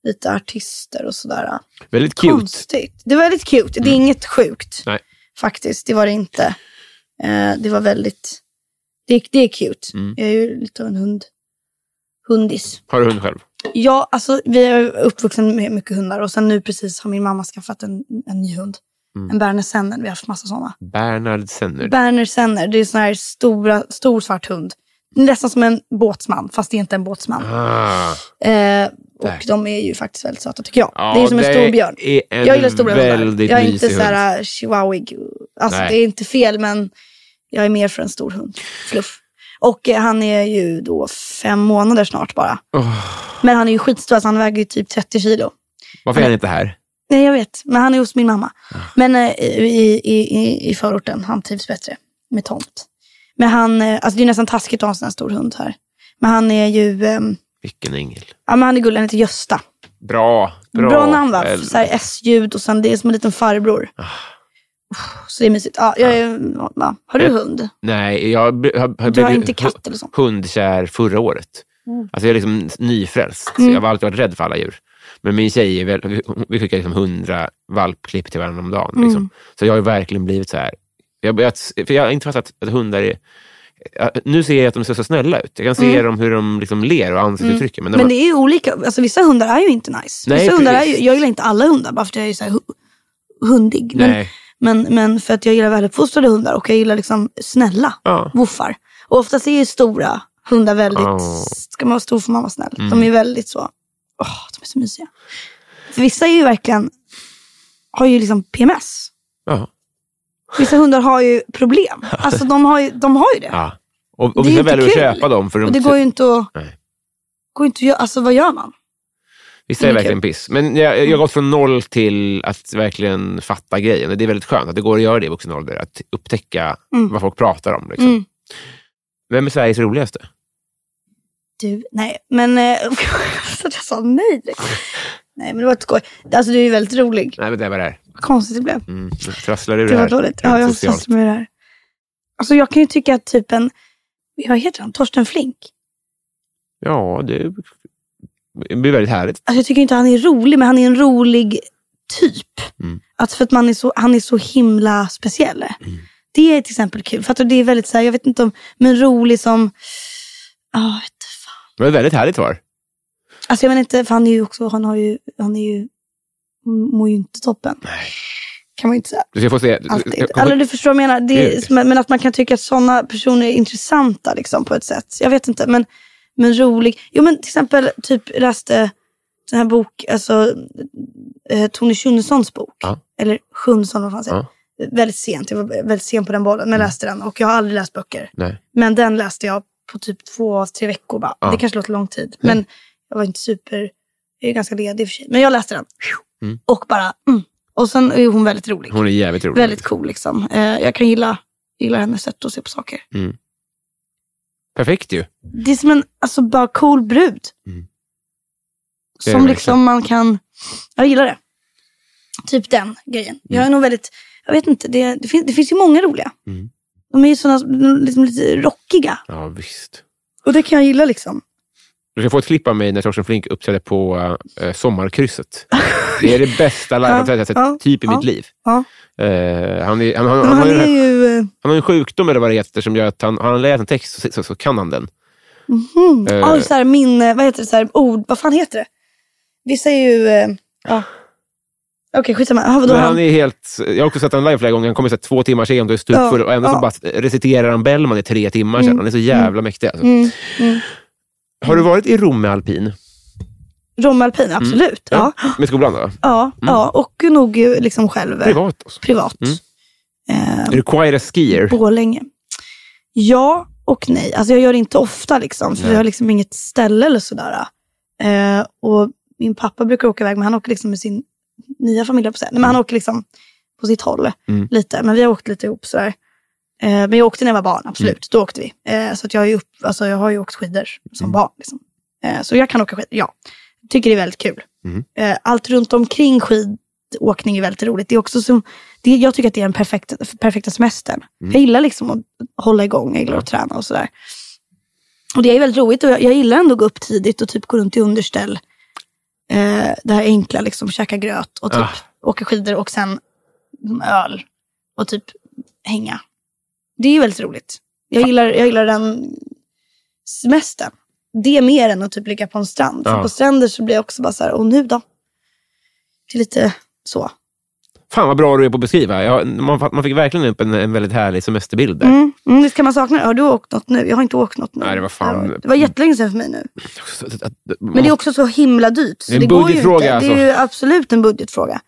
Speaker 2: lite artister och sådär.
Speaker 1: Väldigt cute. Mm.
Speaker 2: Konstigt. Det var väldigt cute. Det är inget sjukt.
Speaker 1: Nej.
Speaker 2: Faktiskt, det var det inte. Eh, det var väldigt... Det, det är cute.
Speaker 1: Mm.
Speaker 2: Jag är ju lite av en hund. Hundis.
Speaker 1: Har du hund själv?
Speaker 2: Ja, alltså vi är uppvuxen med mycket hundar och sen nu precis har min mamma skaffat en, en ny hund.
Speaker 1: Mm.
Speaker 2: En berner senner. Vi har haft massa sådana.
Speaker 1: Bernhard Senner.
Speaker 2: Berner senner, det är sån här stora, stor svart hund. Nästan som en båtsman, fast det är inte en båtsman.
Speaker 1: ah,
Speaker 2: Eh, och
Speaker 1: Där.
Speaker 2: de är ju faktiskt väldigt söta tycker jag.
Speaker 1: ja,
Speaker 2: det är som en stor björn.
Speaker 1: Är en
Speaker 2: Jag gillar stora hundar.
Speaker 1: väldigt
Speaker 2: Jag är
Speaker 1: mysig
Speaker 2: inte äh, så
Speaker 1: hund.
Speaker 2: här chihuahuig. Alltså,
Speaker 1: Nej.
Speaker 2: det är inte fel, men jag är mer för en stor hund. Fluff. Och eh, han är ju då fem månader snart bara.
Speaker 1: Åh,
Speaker 2: Men han är ju skitstor, så han väger ju typ 30 kilo.
Speaker 1: varför är han inte här?
Speaker 2: Nej, jag vet. Men han är hos min mamma. Men eh, i, i, i, i förorten, han trivs bättre med tomt. Men han, eh, alltså det är nästan taskigt att ha en sån här stor hund här. Men han är ju, ehm,
Speaker 1: Vilken ängel.
Speaker 2: ja men han är gullig, han heter Gösta.
Speaker 1: Bra.
Speaker 2: Bra,
Speaker 1: Bra,
Speaker 2: namn va?
Speaker 1: Väl-
Speaker 2: Så här S-ljud och sen det är som en liten farbror.
Speaker 1: Ah.
Speaker 2: Så det är mysigt. Ja, jag är, ja. Har du
Speaker 1: Ja.
Speaker 2: hund?
Speaker 1: Nej, jag b- har, har
Speaker 2: Du har
Speaker 1: blivit
Speaker 2: inte katt Mm. eller så?
Speaker 1: hundkär förra året. Alltså jag är liksom nyfrälst.
Speaker 2: Mm.
Speaker 1: Så Jag har alltid varit rädd för alla djur. Men min tjej, är väl, vi- vi skickar liksom hundra valpklipp till varandra om dagen.
Speaker 2: Mm.
Speaker 1: Liksom. Så jag har ju verkligen blivit så här. Jag, jag, för jag har inte fattat att hundar är... ja, Nu ser jag att de ser så snälla ut. Jag kan se dem hur de liksom ler och ansiktsuttrycken. Men, de-
Speaker 2: Mm. Men det är ju olika. Alltså, vissa hundar är ju inte nice.
Speaker 1: Nej,
Speaker 2: vissa hundar är
Speaker 1: precis.
Speaker 2: ju, jag gillar inte alla hundar bara för att jag är så här hu- hundig. Men,
Speaker 1: Nej.
Speaker 2: men, men för att jag gillar väluppfostrade hundar och jag gillar liksom snälla
Speaker 1: Ja.
Speaker 2: woofar. Och oftast är ju stora hundar väldigt,
Speaker 1: Ja.
Speaker 2: ska man vara stor får man vara snäll.
Speaker 1: Mm.
Speaker 2: De är väldigt så, åh, de är så mysiga. För vissa är ju verkligen, har ju liksom PMS.
Speaker 1: Ja.
Speaker 2: Vissa hundar har ju problem. Alltså de har ju, de har ju det.
Speaker 1: ja. Och,
Speaker 2: Det är
Speaker 1: och vissa
Speaker 2: inte
Speaker 1: väljer att
Speaker 2: kul.
Speaker 1: köpa dem. För de,
Speaker 2: Och det går ju inte att...
Speaker 1: Nej.
Speaker 2: Går inte att göra, alltså vad gör man?
Speaker 1: Vissa är
Speaker 2: Inget
Speaker 1: verkligen piss. Men jag, jag har gått från noll till att verkligen fatta grejen. Och Det är väldigt skönt att det går att göra det i vuxen ålder. Att upptäcka
Speaker 2: Mm.
Speaker 1: vad folk pratar om. Liksom.
Speaker 2: Mm.
Speaker 1: Vem är Sveriges roligaste?
Speaker 2: Du, nej, men... eh, så att jag sa nej direkt. Nej, men det var ett skoj. Alltså du är ju väldigt rolig.
Speaker 1: Nej, men det var det här.
Speaker 2: Vad konstigt det blev.
Speaker 1: Mm. Jag trasslar ur
Speaker 2: Det
Speaker 1: det
Speaker 2: var
Speaker 1: här.
Speaker 2: dåligt.
Speaker 1: rent
Speaker 2: Ja, jag
Speaker 1: socialt.
Speaker 2: satt med det här. Alltså jag kan ju tycka att typ en, vad heter han, Torsten Flink.
Speaker 1: Ja, det blir väldigt härligt.
Speaker 2: Alltså jag tycker inte han är rolig, men han är en rolig typ.
Speaker 1: Mm.
Speaker 2: Alltså för att man är så, han är så himla speciell. Det är till exempel kul. Fattar du? Det är väldigt så här, jag vet inte om, men rolig som, ja, jag vet inte fan.
Speaker 1: Det var ett väldigt härligt svar.
Speaker 2: Alltså jag menar inte, för han är ju också, han har ju, han är ju, hon mår ju inte toppen. Kan man ju inte säga.
Speaker 1: Du ska få se.
Speaker 2: Alltid.
Speaker 1: Jag kommer-
Speaker 2: Eller du förstår vad jag menar. Det är,
Speaker 1: Gud.
Speaker 2: som- men att man kan tycka att sådana personer är intressanta liksom, på ett sätt. Jag vet inte, men, men rolig. Jo men till exempel, typ läste den här bok, alltså eh, Tony Schunnessons bok.
Speaker 1: Ja.
Speaker 2: Eller Schunsson, vad fan säger. Väldigt sent, jag var väldigt sen på den bollen, men läste den. Och jag har aldrig läst böcker.
Speaker 1: Mm. Nej.
Speaker 2: Men den läste jag på typ två, tre veckor bara.
Speaker 1: Ja. Mm.
Speaker 2: Det kanske låter lång tid, men jag var inte super, jag är ganska ledig i och för sig. Men jag läste den.
Speaker 1: Mm.
Speaker 2: Och bara, mm. Och sen är hon väldigt rolig
Speaker 1: Hon är jävligt rolig.
Speaker 2: väldigt cool. Liksom. Eh, jag kan gilla, gilla hennes sätt att se på saker.
Speaker 1: Perfekt ju.
Speaker 2: Det är som en alltså, bara cool brud.
Speaker 1: Mm. Det är
Speaker 2: Som
Speaker 1: det
Speaker 2: liksom man kan, jag gillar det. Typ den grejen. Jag är nog väldigt, jag vet inte, det, det, finns, det finns ju många roliga.
Speaker 1: Mm.
Speaker 2: De är ju sådana liksom, lite rockiga.
Speaker 1: Ja, visst.
Speaker 2: Och det kan jag gilla liksom.
Speaker 1: Du ska få ett klipp av mig när Torsten Flink uppträdde på eh, Sommarkrysset. Det är det bästa live jag sett
Speaker 2: ja,
Speaker 1: typ i
Speaker 2: ja,
Speaker 1: mitt liv.
Speaker 2: ja.
Speaker 1: Eh, han, är, han, han,
Speaker 2: Men
Speaker 1: han,
Speaker 2: han
Speaker 1: har ju, den
Speaker 2: är
Speaker 1: här-
Speaker 2: ju, eh,
Speaker 1: han har en sjukdom eller vad det heter som gör att han, har han läst en text så, så, så kan han den.
Speaker 2: mm,
Speaker 1: Eh.
Speaker 2: ja, så här, min, eh, vad heter det, så här, ord, vad fan heter det? Vissa är ju, eh, ja. Okej, skitsamma. Jaha, vadå?
Speaker 1: Men han är helt, jag har också sett honom live flera gånger. Han kommer så här, två timmar sent och är stupfull.
Speaker 2: Ja,
Speaker 1: Och ändå så
Speaker 2: ja.
Speaker 1: bara reciterar han Bellman i tre timmar sedan. Han är så jävla mäktig. Alltså.
Speaker 2: Mm.
Speaker 1: Har du varit i Rom med alpin?
Speaker 2: Romme
Speaker 1: Mm.
Speaker 2: alpin, absolut. Ja.
Speaker 1: Med skolan då?
Speaker 2: Ja, ja och nog ju liksom själv eh,
Speaker 1: Privat? Alltså.
Speaker 2: privat.
Speaker 1: Mm.
Speaker 2: Eh,
Speaker 1: Är du choir skier?
Speaker 2: Borlänge. Ja och nej. Alltså jag gör det inte ofta liksom, för
Speaker 1: Nej.
Speaker 2: vi har liksom inget ställe eller sådär. Eh, och min pappa brukar åka iväg, men han åker liksom med sin nya familj, höll jag på att säga. Nej, men han åker liksom på sitt håll
Speaker 1: Mm.
Speaker 2: lite. Men vi har åkt lite ihop sådär. Eh, men jag åkte när jag var barn, absolut.
Speaker 1: Mm.
Speaker 2: Då åkte vi. Eh, så att jag, är ju upp, alltså jag har ju åkt skidor som
Speaker 1: Mm.
Speaker 2: barn. Liksom. Eh, så jag kan åka skidor, ja. Tycker det är väldigt kul.
Speaker 1: Mm.
Speaker 2: Eh, allt runt omkring skidåkning är väldigt roligt. Det är också som, det, jag tycker att det är den perfekta, perfekta semestern.
Speaker 1: Mm.
Speaker 2: Jag gillar liksom att hålla igång, jag gillar att träna och sådär. Och det är väldigt roligt och jag, jag gillar ändå att gå upp tidigt och typ gå runt i underställ. Eh, det här enkla, liksom käka gröt och typ
Speaker 1: Ah.
Speaker 2: åka skidor och sen liksom, öl och typ hänga. Det är ju väldigt roligt. Jag gillar, jag gillar den semestern. Det är mer än att typ ligga på en strand. För
Speaker 1: Ja.
Speaker 2: på stränder så blir jag också bara så här, och nu då? Det är lite så.
Speaker 1: Fan vad bra du är på att beskriva. Ja, man, fa- man fick verkligen upp en, en väldigt härlig semesterbild där.
Speaker 2: Mm, mm, visst kan man sakna det? Har du åkt något nu? Jag har inte åkt något nu.
Speaker 1: Nej, det var fan-
Speaker 2: Det var jättelänge sedan för mig nu. Men det är också så himla dyrt. Så
Speaker 1: Det är en
Speaker 2: går ju
Speaker 1: budgetfråga, alltså.
Speaker 2: inte. Det är ju absolut en budgetfråga.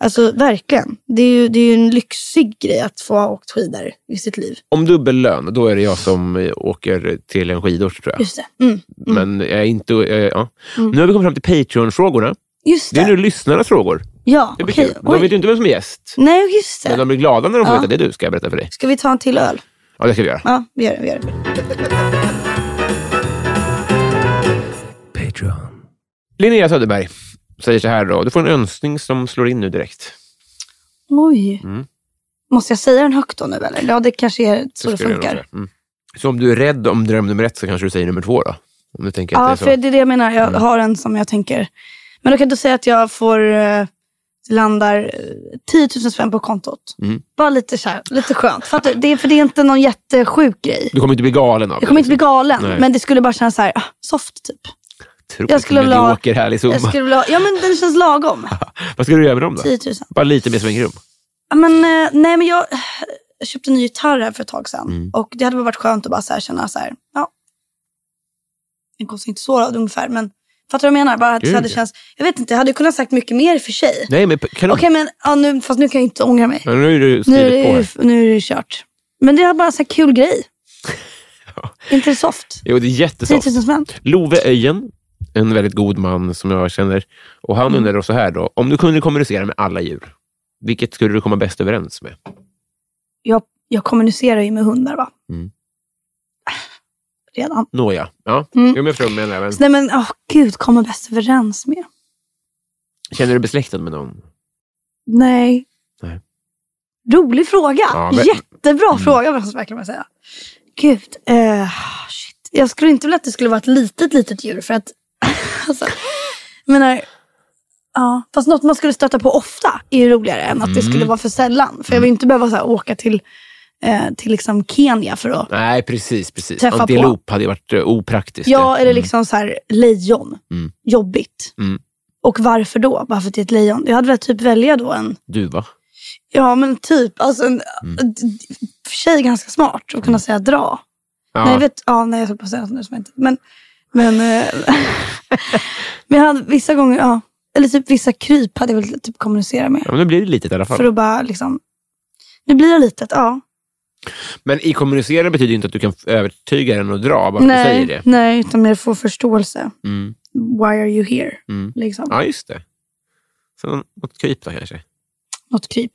Speaker 2: Alltså verkligen. Det är ju, det är ju en lyxig grej att få ha åkt skidor i sitt liv.
Speaker 1: Om dubbellön, då är det jag som eh, åker till en skidort tror jag.
Speaker 2: Just det. Mm,
Speaker 1: Men jag är inte... Jag, ja. Nu har vi kommit fram till Patreon-frågorna.
Speaker 2: just
Speaker 1: Det
Speaker 2: det.
Speaker 1: är nu lyssnarnas frågor.
Speaker 2: ja,
Speaker 1: Det blir
Speaker 2: okej.
Speaker 1: kul. De vet ju
Speaker 2: Oj.
Speaker 1: inte vem som är gäst.
Speaker 2: Nej, just
Speaker 1: Men
Speaker 2: det.
Speaker 1: de blir glada när de får
Speaker 2: Ja.
Speaker 1: veta det är du, ska jag berätta för dig.
Speaker 2: Ska vi ta en till öl?
Speaker 1: Ja, det ska vi göra.
Speaker 2: Ja, vi gör det. Vi gör
Speaker 1: Mm.
Speaker 2: det.
Speaker 1: Linnea Söderberg säger så här då. Du får en önskning som slår in nu direkt.
Speaker 2: Oj.
Speaker 1: Mm.
Speaker 2: Måste jag säga den högt då nu eller? Ja, det kanske är så det
Speaker 1: ska jag göra
Speaker 2: funkar.
Speaker 1: något så här. Mm. Så om du är rädd om dröm nummer ett så kanske du säger nummer två då? Om du tänker att
Speaker 2: Ja,
Speaker 1: det är
Speaker 2: för
Speaker 1: så. Mm.
Speaker 2: det är det jag menar. Jag har en som jag tänker. Men då kan du säga att jag får eh, landar eh, 10 000 spänn på kontot.
Speaker 1: Mm.
Speaker 2: Bara lite så här, lite skönt. För, att det, är, för det är inte någon jättesjuk grej.
Speaker 1: Du kommer inte bli galen av det.
Speaker 2: Jag kommer inte bli galen,
Speaker 1: Nej.
Speaker 2: men det skulle bara kännas så här, ah, soft typ.
Speaker 1: Otroligt
Speaker 2: jag skulle vilja ha-
Speaker 1: medioker, härlig summa.
Speaker 2: Jag skulle Typ- vilja, ja men den känns lagom.
Speaker 1: Vad ska du göra med dem då?
Speaker 2: 10 000.
Speaker 1: Bara lite mer svängrum.
Speaker 2: Ja, Men, eh, nej men jag eh, köpte en ny gitarr här för ett tag sedan.
Speaker 1: Mm.
Speaker 2: Och det hade väl varit skönt att bara så här känna så här, ja. Den kostar inte så ungefär, men fattar du vad jag menar? Bara att det
Speaker 1: Gud,
Speaker 2: hade
Speaker 1: ja.
Speaker 2: känts, jag vet inte, jag hade kunnat sagt mycket mer i och för sig.
Speaker 1: Nej, men kanon.
Speaker 2: Okej, men ja, nu, fast nu kan jag inte ångra mig.
Speaker 1: Men nu är du
Speaker 2: Nu är,
Speaker 1: skrivit på
Speaker 2: det,
Speaker 1: här.
Speaker 2: ju- nu är det kört. Men det är bara en sån här kul grej. Inte det soft?
Speaker 1: Jo, det är
Speaker 2: 10 000
Speaker 1: jättesoft.
Speaker 2: spänn.
Speaker 1: Love Öjen, en väldigt god man som jag känner. Och
Speaker 2: Mm.
Speaker 1: Han undrar då så här då. Om du kunde kommunicera med alla djur, vilket skulle du komma bäst överens med?
Speaker 2: Jag, jag kommunicerar ju med hundar va?
Speaker 1: Mm.
Speaker 2: Redan.
Speaker 1: Nåja. Ja,
Speaker 2: Mm.
Speaker 1: jo, men jag förstår vad du menar. men-
Speaker 2: Så, nej men åh gud, kommer bäst överens med.
Speaker 1: Känner du dig besläktad med någon?
Speaker 2: Nej.
Speaker 1: Nej.
Speaker 2: Rolig fråga.
Speaker 1: Ja, men- Mm.
Speaker 2: Jättebra fråga måste jag verkligen säga. Gud. eh, shit. Jag skulle inte vilja att det skulle vara ett litet, litet djur. För att, alltså, jag menar, ja, fast något man skulle stöta på ofta är ju roligare än att det
Speaker 1: Mm.
Speaker 2: skulle vara för sällan. För jag vill inte behöva så här, åka till, eh, till liksom Kenya för att
Speaker 1: Nej, precis. precis.
Speaker 2: Träffa på.
Speaker 1: Antilop hade ju varit eh, opraktiskt.
Speaker 2: Ja, eller liksom så här, lejon.
Speaker 1: Mm.
Speaker 2: Jobbigt.
Speaker 1: Mm.
Speaker 2: Och varför då? Bara för att det är ett lejon? Jag hade väl typ välja då en,
Speaker 1: Du va?
Speaker 2: ja men typ, alltså en
Speaker 1: Mm.
Speaker 2: d- d- tjej är ganska smart och kunna säga dra.
Speaker 1: Ja.
Speaker 2: Nej, jag vet, ja, nej, jag höll på att säga något nu som jag inte, men, men, eh, men jag hade vissa gånger, ja, eller typ vissa kryp hade jag väl typ kommunicera med.
Speaker 1: ja, men nu blir det litet i alla fall.
Speaker 2: För att bara liksom, nu blir jag litet, ja.
Speaker 1: Men i kommunicera betyder ju inte att du kan övertyga den att dra bara för att du säger
Speaker 2: nej,
Speaker 1: det.
Speaker 2: nej, utan mer få förståelse.
Speaker 1: Mm.
Speaker 2: Why are you here?
Speaker 1: Mm.
Speaker 2: Liksom.
Speaker 1: Ja, just det. Så något kryp då kanske.
Speaker 2: Något kryp.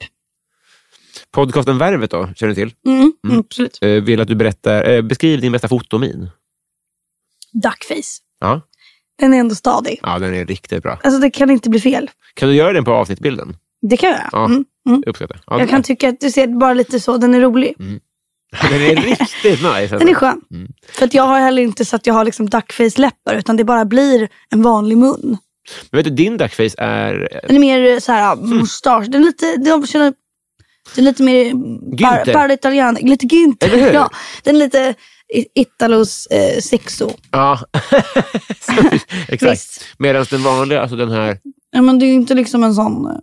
Speaker 1: Podcasten Värvet då, känner du till?
Speaker 2: Mm,
Speaker 1: Mm.
Speaker 2: Absolut.
Speaker 1: Eh, vill att du berättar, eh, beskriv din bästa fotomin.
Speaker 2: Duckface.
Speaker 1: Ja.
Speaker 2: Den är ändå stadig.
Speaker 1: ja, den är riktigt bra.
Speaker 2: Alltså det kan inte bli fel.
Speaker 1: Kan du göra den på avsnittbilden?
Speaker 2: Det kan jag göra.
Speaker 1: Ja.
Speaker 2: Mm, mm.
Speaker 1: Jag uppskattar. Ja,
Speaker 2: Jag kan tycka att du ser bara lite så, den är rolig.
Speaker 1: den är riktigt nice. Alltså.
Speaker 2: Den är skön.
Speaker 1: Mm.
Speaker 2: För att jag har heller inte så att jag har liksom duckface-läppar utan det bara blir en vanlig mun.
Speaker 1: Men vet du, din duckface är... eh,
Speaker 2: Den är mer så här mm. mustasch. Den är lite, den känner, den är lite mer eh,
Speaker 1: Günther.
Speaker 2: par, par italiano. Lite Günther.
Speaker 1: Eller hur?
Speaker 2: Ja, den är lite i- Italos eh, sexo.
Speaker 1: Ja, exakt.
Speaker 2: Visst.
Speaker 1: Medan den vanliga, alltså den här...
Speaker 2: Ja, men det är ju inte liksom en sån eh,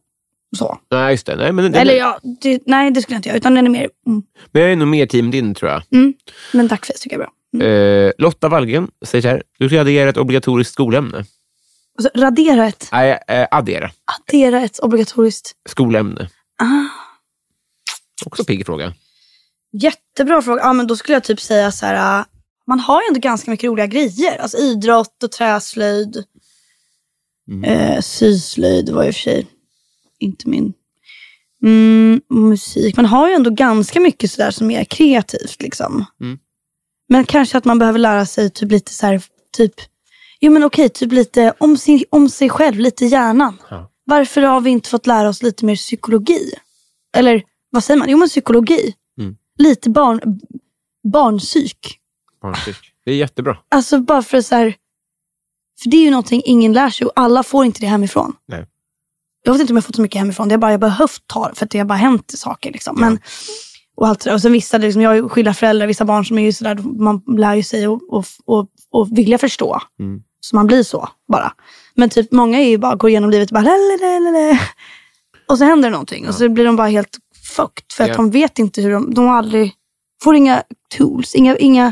Speaker 2: så.
Speaker 1: Nej, just det. Nej, men, den,
Speaker 2: Eller ja, det, nej det skulle jag inte göra. Utan den är mer, mm.
Speaker 1: men jag är nog mer team din, tror jag.
Speaker 2: men duckface tycker jag är bra.
Speaker 1: Eh, Lotta Wallgren säger så här. Du ska addera ett obligatoriskt skolämne.
Speaker 2: Alltså, radera ett,
Speaker 1: Nej, eh, addera.
Speaker 2: addera ett obligatoriskt.
Speaker 1: Skolämne.
Speaker 2: Ah,
Speaker 1: Också pigg fråga.
Speaker 2: jättebra fråga. Ja, men då skulle jag typ säga så här, ah, man har ju ändå ganska mycket roliga grejer. Alltså idrott och träslöjd.
Speaker 1: Mm.
Speaker 2: Eh, syslöjd var i och för sig inte min. Mm, musik. Man har ju ändå ganska mycket sådär som är kreativt liksom.
Speaker 1: Mm.
Speaker 2: Men kanske att man behöver lära sig typ lite så här, typ, jo men okej, typ lite om, sin, om sig själv, lite hjärnan.
Speaker 1: Ja.
Speaker 2: Varför har vi inte fått lära oss lite mer psykologi? Eller vad säger man? Jo men psykologi.
Speaker 1: Mm.
Speaker 2: Lite barn, barnpsyk.
Speaker 1: Barnpsyk. Det är jättebra.
Speaker 2: Alltså bara för så här, för det är ju någonting ingen lär sig och alla får inte det hemifrån.
Speaker 1: Nej.
Speaker 2: Jag vet inte om jag fått så mycket hemifrån, det har bara jag behövt ta det, för att det har bara hänt saker. Liksom. Men, och allt det där. Och sen vissa, liksom, jag har ju skilda föräldrar, vissa barn som är ju sådär, man lär ju sig att och, och, och vilja förstå.
Speaker 1: Mm.
Speaker 2: Så man blir så bara. Men typ många är ju bara, går igenom livet och bara lalalala. Och så händer någonting och så blir de bara helt fucked. För att
Speaker 1: Ja.
Speaker 2: de vet inte hur de, de har aldrig, får inga tools, inga, inga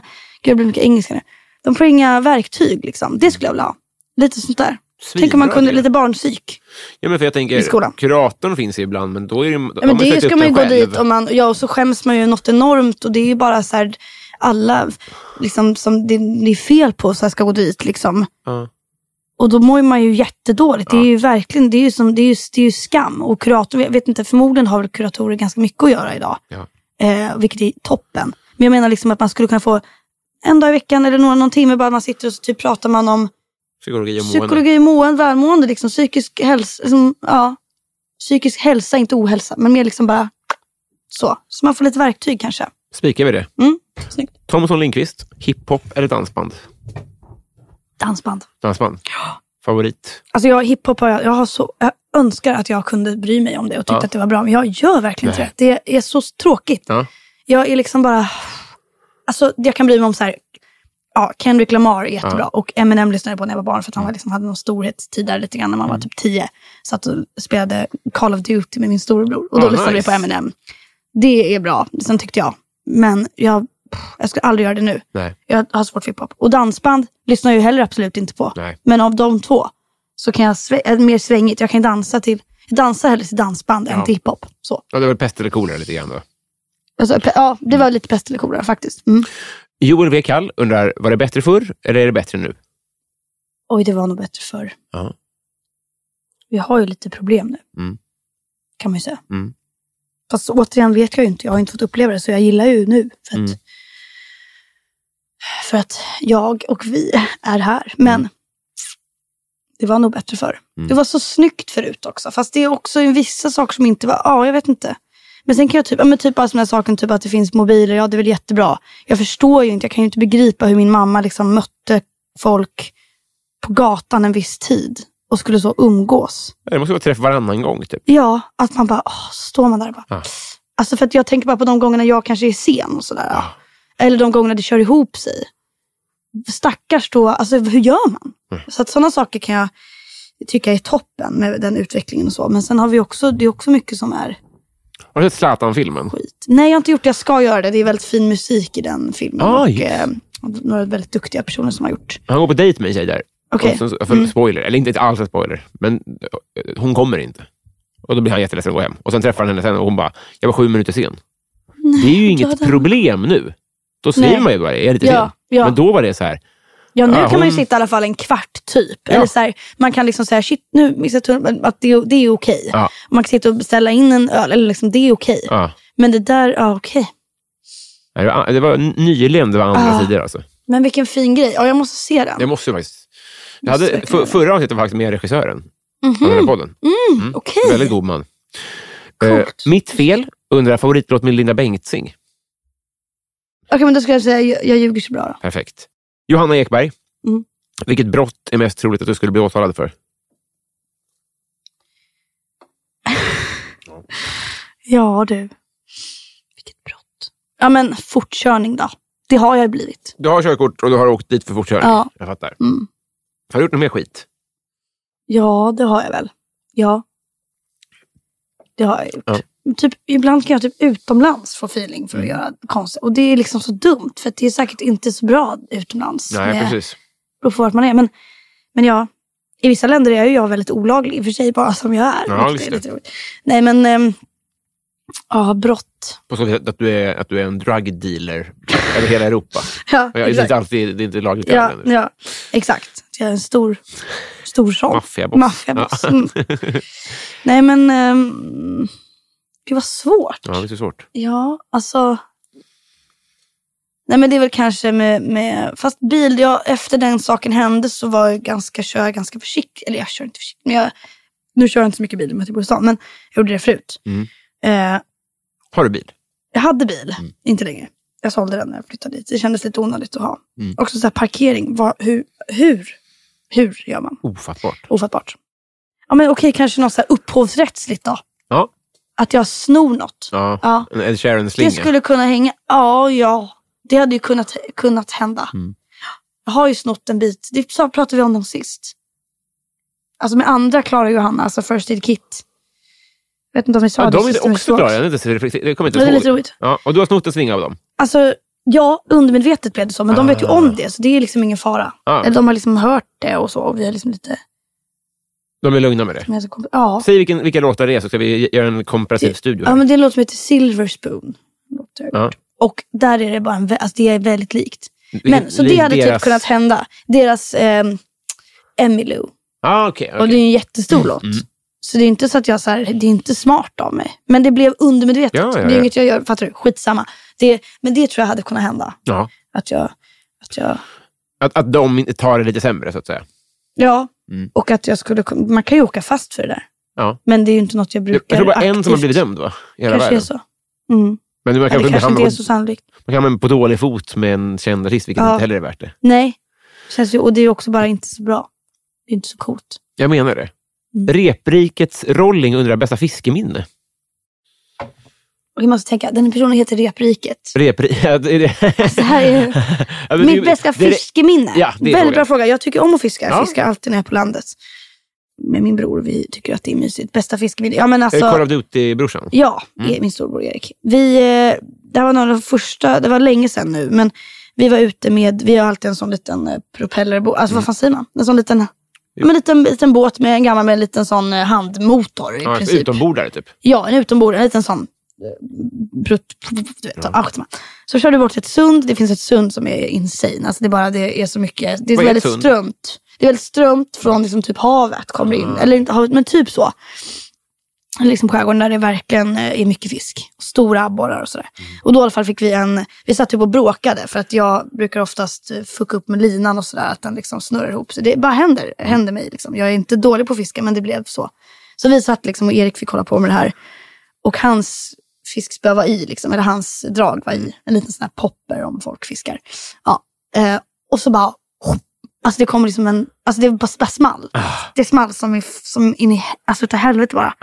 Speaker 2: gud jag blir mycket engelska nu. De får inga verktyg liksom. Det skulle jag vilja ha. Lite sånt där. Tänk om man
Speaker 1: Svinbra
Speaker 2: kunde,
Speaker 1: idé.
Speaker 2: lite barnpsyk.
Speaker 1: Ja, men för jag tänker,
Speaker 2: i skolan.
Speaker 1: kuratorn finns ju ibland, men då är det, ju-
Speaker 2: Ja, men
Speaker 1: de har
Speaker 2: det
Speaker 1: sökt
Speaker 2: ska
Speaker 1: upp
Speaker 2: man
Speaker 1: den
Speaker 2: ju gå
Speaker 1: själv.
Speaker 2: dit och, man, ja, och så skäms man ju något enormt och det är ju bara så här, alla liksom, som det, det är fel på så här ska gå dit. Liksom.
Speaker 1: Ja.
Speaker 2: Och då mår man ju jättedåligt. Det är ju verkligen, det är ju, som, det är ju, det är ju skam. Och kurator, jag vet inte, förmodligen har väl kuratorer ganska mycket att göra idag.
Speaker 1: Ja.
Speaker 2: Eh, vilket är toppen. Men jag menar liksom att man skulle kunna få en dag i veckan eller någon, någon timme bara man sitter och så typ pratar man om
Speaker 1: Psykologi och mående.
Speaker 2: psykologi, mående, välmående, liksom, psykisk hälsa. Liksom, ja, psykisk hälsa, inte ohälsa, men mer liksom bara så. Så man får lite verktyg kanske.
Speaker 1: Spikar vi det?
Speaker 2: Mm, snyggt.
Speaker 1: Thomson Lindqvist, hiphop eller dansband?
Speaker 2: Dansband.
Speaker 1: Dansband. Favorit?
Speaker 2: Alltså jag, hiphop har jag, jag, har så, jag önskar att jag kunde bry mig om det och tyckte
Speaker 1: Ja.
Speaker 2: att det var bra, men jag gör verkligen inte det. Det är så tråkigt.
Speaker 1: Ja.
Speaker 2: Jag är liksom bara... Alltså jag kan bry mig om så här, ja, Kendrick Lamar är jättebra och Eminem lyssnade jag på när jag var barn för
Speaker 1: Mm.
Speaker 2: att han var liksom, hade någon storhetstid där lite grann när man var typ tio. Satt och spelade Call of Duty med min storebror och då
Speaker 1: Ah,
Speaker 2: lyssnade
Speaker 1: nice.
Speaker 2: vi på Eminem. Det är bra, sen tyckte jag. Men jag, jag skulle aldrig göra det nu.
Speaker 1: Nej.
Speaker 2: Jag har svårt för hiphop. Och dansband lyssnar jag ju heller absolut inte på.
Speaker 1: Nej.
Speaker 2: Men av de två så kan jag, svä- är mer svängigt, jag kan dansa till, jag dansar hellre till dansband än
Speaker 1: Ja.
Speaker 2: till hiphop. Så.
Speaker 1: Ja, det var pest eller kolera lite grann då.
Speaker 2: Alltså, pe- ja, det var lite pest eller kolera faktiskt. Mm.
Speaker 1: Joel W. Kall undrar, var det bättre förr eller är det bättre nu?
Speaker 2: Oj, det var nog bättre förr.
Speaker 1: Ja.
Speaker 2: Vi har ju lite problem nu.
Speaker 1: Mm.
Speaker 2: Kan man ju säga.
Speaker 1: Mm.
Speaker 2: Fast återigen vet jag ju inte, jag har ju inte fått uppleva det, så jag gillar ju nu. För att,
Speaker 1: Mm. Mm.
Speaker 2: för att jag och vi är här. Men Det var nog bättre förr. Det var så snyggt förut också. Fast det är också vissa saker som inte var, ja jag vet inte. Men sen kan jag typ, ja, men typ bara sådana här saker, typ att det finns mobiler, ja det är väl jättebra. Jag förstår ju inte, jag kan ju inte begripa hur min mamma liksom mötte folk på gatan en viss tid och skulle så umgås.
Speaker 1: Det måste vara träff varannan gång. Typ.
Speaker 2: Ja, att man bara, åh, så står man där och bara.
Speaker 1: Ja.
Speaker 2: Alltså för att jag tänker bara på de gångerna jag kanske är sen och sådär. Eller de gångerna det kör ihop sig. Stackars då, alltså hur gör man?
Speaker 1: Mm.
Speaker 2: Så att sådana saker kan jag tycka är toppen med den utvecklingen och så. Men sen har vi också, det är också mycket som är
Speaker 1: Har du sett Zlatan-filmen?
Speaker 2: skit. Nej, jag har inte gjort det. Jag ska göra det. Det är väldigt fin musik i den filmen.
Speaker 1: Ah,
Speaker 2: och
Speaker 1: just.
Speaker 2: eh, några väldigt duktiga personer som har gjort.
Speaker 1: Han går på dejt med en tjej där.
Speaker 2: Okej. Mm.
Speaker 1: Och sen så- För spoiler, eller inte alls en spoiler, men eh, hon kommer inte. Och då blir han jätteledsen och går hem. Och sen träffar han henne sen och hon bara, jag var sju minuter sen. det är ju inget
Speaker 2: döden.
Speaker 1: problem nu. Då säger
Speaker 2: Nej.
Speaker 1: man ju bara, jag är lite
Speaker 2: Ja,
Speaker 1: sen.
Speaker 2: ja.
Speaker 1: Men då var det så här,
Speaker 2: Ja, nu
Speaker 1: Ja,
Speaker 2: kan man ju
Speaker 1: hon-
Speaker 2: sitta i alla fall en kvart typ.
Speaker 1: Ja.
Speaker 2: Eller så här, man kan liksom säga, shit nu missade jag tunneln, men att det, det är okej.
Speaker 1: Ja.
Speaker 2: Man kan sitta och beställa in en öl, eller liksom, det är okej.
Speaker 1: ja.
Speaker 2: Men det där, ja okej.
Speaker 1: Nej, det var- Det var nyligen det var andra
Speaker 2: Ah.
Speaker 1: sidor alltså.
Speaker 2: Men vilken fin grej. Ja, jag måste se den.
Speaker 1: Jag måste ju faktiskt... Jag
Speaker 2: Måste
Speaker 1: hade,
Speaker 2: verkligen
Speaker 1: för,
Speaker 2: göra det.
Speaker 1: förra avsnittet var faktiskt med regissören av den här podden. Mm.
Speaker 2: Mhm. Okej.
Speaker 1: Väldigt god man.
Speaker 2: Coolt.
Speaker 1: Eh, mitt fel undrar favoritlåt med Linda Bengtzing.
Speaker 2: Okej, men då skulle jag säga, jag, jag ljuger så bra då.
Speaker 1: Perfekt. Johanna Ekberg.
Speaker 2: Mm.
Speaker 1: Vilket brott är mest troligt att du skulle bli åtalad för?
Speaker 2: Ja du. Vilket brott. Ja men fortkörning då. Det har jag ju blivit.
Speaker 1: Du har körkort och du har åkt dit för fortkörning.
Speaker 2: Ja.
Speaker 1: Jag fattar.
Speaker 2: Mm.
Speaker 1: Har du gjort något mer skit?
Speaker 2: Ja, det har jag väl. Ja. Det har jag gjort. Typ, ibland kan jag typ utomlands få feeling för att
Speaker 1: Mm.
Speaker 2: göra konst. Och det är liksom så dumt, för att det är säkert inte så bra utomlands.
Speaker 1: Nej,
Speaker 2: med-
Speaker 1: precis.
Speaker 2: beror på vart man är. Men, men ja, i vissa länder är ju jag väldigt olaglig i och för sig, bara som jag är.
Speaker 1: Ja,
Speaker 2: vilket
Speaker 1: just
Speaker 2: är
Speaker 1: det.
Speaker 2: lite roligt. Nej, men ehm, ja, brott.
Speaker 1: På så sätt att du är, att du är en drug dealer över hela Europa.
Speaker 2: Ja,
Speaker 1: Och jag, det, är inte alltid, det är inte lagligt i
Speaker 2: Ja,
Speaker 1: alla länder.
Speaker 2: ja, exakt. Jag är en stor, stor sån.
Speaker 1: Maffiaboss.
Speaker 2: Maffiaboss, Mm. Nej, men ehm, det var svårt.
Speaker 1: Ja, det är så svårt.
Speaker 2: Ja, alltså. Nej men det är väl kanske med, med fast bil, jag, efter den saken hände så var jag ganska, kör jag ganska försiktig. Eller jag kör inte försiktigt, men jag, nu kör jag inte så mycket bil i och med att jag typ bor i stan, men jag gjorde det förut.
Speaker 1: Mm.
Speaker 2: Eh,
Speaker 1: Har du bil?
Speaker 2: jag hade bil,
Speaker 1: Mm.
Speaker 2: inte längre. Jag sålde den när jag flyttade dit. Det kändes lite onödigt att ha.
Speaker 1: Mm.
Speaker 2: Också så här parkering, vad, hur, hur, hur gör man?
Speaker 1: Ofattbart.
Speaker 2: Ofattbart. Ja men okej, kanske något så här upphovsrättsligt då.
Speaker 1: Ja.
Speaker 2: Att jag snor något.
Speaker 1: Ja.
Speaker 2: Ja.
Speaker 1: En Ed Sheeran-slinga.
Speaker 2: Det skulle kunna hänga. Ja, ja. Det hade ju kunnat, kunnat hända.
Speaker 1: Mm.
Speaker 2: Jag har ju snott en bit. Det sa- pratade vi om dem sist. Alltså med andra Klara och Johanna, alltså First Aid Kit. Vet inte om vi sa
Speaker 1: Ja,
Speaker 2: det
Speaker 1: de
Speaker 2: sist,
Speaker 1: är
Speaker 2: om vi
Speaker 1: också
Speaker 2: sågs.
Speaker 1: klara. Jag har inte ens reflekterat- det kommer inte
Speaker 2: Ja, det är
Speaker 1: ihåg.
Speaker 2: lite roligt.
Speaker 1: Ja, och du har snott en svinga av dem?
Speaker 2: Alltså, ja, undermedvetet blev det så. Men de vet ju om det, så det är liksom ingen fara.
Speaker 1: Ah.
Speaker 2: Eller de har liksom hört det och så. Och vi har liksom lite...
Speaker 1: De är lugna med det?
Speaker 2: Men så kom- Ja.
Speaker 1: Säg vilken, vilka låtar det är så ska vi göra en komparativ studio.
Speaker 2: ja,
Speaker 1: här.
Speaker 2: men det är en låt som heter Silver Spoon. Låt jag
Speaker 1: Ja.
Speaker 2: Och där är det bara en, vä- alltså det är väldigt likt. Men,
Speaker 1: Vilket
Speaker 2: så det
Speaker 1: liv
Speaker 2: hade typ
Speaker 1: deras-
Speaker 2: kunnat hända. Deras eh, Emmylou.
Speaker 1: Ah, okej.
Speaker 2: Och det
Speaker 1: okej. Mm,
Speaker 2: är ju en jättestor låt. Så det är inte så att jag så här, det är inte smart av mig. Men det blev undermedvetet.
Speaker 1: Ja, ja, ja.
Speaker 2: Det är inget jag gör, fattar du? Skitsamma. Det, men det tror jag hade kunnat hända.
Speaker 1: ja.
Speaker 2: Att jag, att jag
Speaker 1: att, att de tar det lite sämre, så att säga.
Speaker 2: ja.
Speaker 1: Mm.
Speaker 2: Och att jag skulle, kun- man kan ju åka fast för det där.
Speaker 1: Ja.
Speaker 2: Men det är ju inte något jag
Speaker 1: Jag
Speaker 2: brukar
Speaker 1: tror bara en
Speaker 2: aktivt-
Speaker 1: som har blivit dömd, va? I hela
Speaker 2: Kanske är
Speaker 1: världen.
Speaker 2: så. Mm.
Speaker 1: Men man
Speaker 2: Ja,
Speaker 1: kan,
Speaker 2: det
Speaker 1: man
Speaker 2: kanske inte
Speaker 1: hamna
Speaker 2: är
Speaker 1: på,
Speaker 2: så sannolikt.
Speaker 1: man kan hamna på dålig fot med en känd artist, vilket
Speaker 2: Ja.
Speaker 1: inte heller är värt det.
Speaker 2: Nej, Känns ju, och det är ju också bara inte så bra. Det är inte så coolt.
Speaker 1: Jag menar det.
Speaker 2: Mm.
Speaker 1: Reprikets Rolling undrar bästa fiskeminne.
Speaker 2: Och jag måste tänka, den här personen heter Repriket.
Speaker 1: Repri... Ja, det är det.
Speaker 2: Det Alltså, här är ju...
Speaker 1: Ja, men det är ju-
Speaker 2: Mitt bästa
Speaker 1: det är det-
Speaker 2: fiskeminne.
Speaker 1: Ja, det är
Speaker 2: Väldigt
Speaker 1: frågan.
Speaker 2: bra fråga. Jag tycker om att fiska. Jag
Speaker 1: Ja.
Speaker 2: fiskar alltid när jag är på landet. Med min bror, vi tycker att det är mysigt. Bästa fiskeminne. Ja, men
Speaker 1: Är det Call
Speaker 2: alltså.
Speaker 1: of Duty-brorsan?
Speaker 2: Ja,
Speaker 1: Mm.
Speaker 2: det är min storbror Erik. Vi, eh, det här var några av de första, det var länge sedan nu, men vi var ute med, vi har alltid en sån liten eh, propellerbåt, alltså
Speaker 1: Mm.
Speaker 2: vad fan säger man? En sån liten, ja. men liten, liten båt med en gammal med en liten sån eh, handmotor i
Speaker 1: Ja,
Speaker 2: princip.
Speaker 1: utombordare, typ.
Speaker 2: Ja, en utombord, en liten sån. Brutt, du vet, ja. Så kör du bort till ett sund. Det finns ett sund som är insane. Alltså det, är bara, det är så mycket. Det är
Speaker 1: Vad är
Speaker 2: väldigt
Speaker 1: ett sund? Ah.
Speaker 2: strömt. Det är väldigt strömt från liksom typ havet kommer in. Eller inte havet, men typ så. liksom skärgården där det verkligen eh, är mycket fisk. Stora abborrar och sådär.
Speaker 1: Mm.
Speaker 2: Och då i alla fall fick vi en, vi satt typ och bråkade för att jag brukar oftast eh, fucka upp med linan och sådär, att den liksom snurrar ihop. Så det bara händer,
Speaker 1: Mm.
Speaker 2: händer mig liksom. Jag är inte dålig på att fiska men det blev så. Så vi satt liksom och Erik fick hålla på med det här. Och hans fiskspö var i, liksom, eller hans drag var i. En liten sån här popper om folk fiskar. Ja. Eh, och så bara, alltså det kom liksom en, alltså det bara, bara small. Det small som, i, som in i, alltså utav helvete bara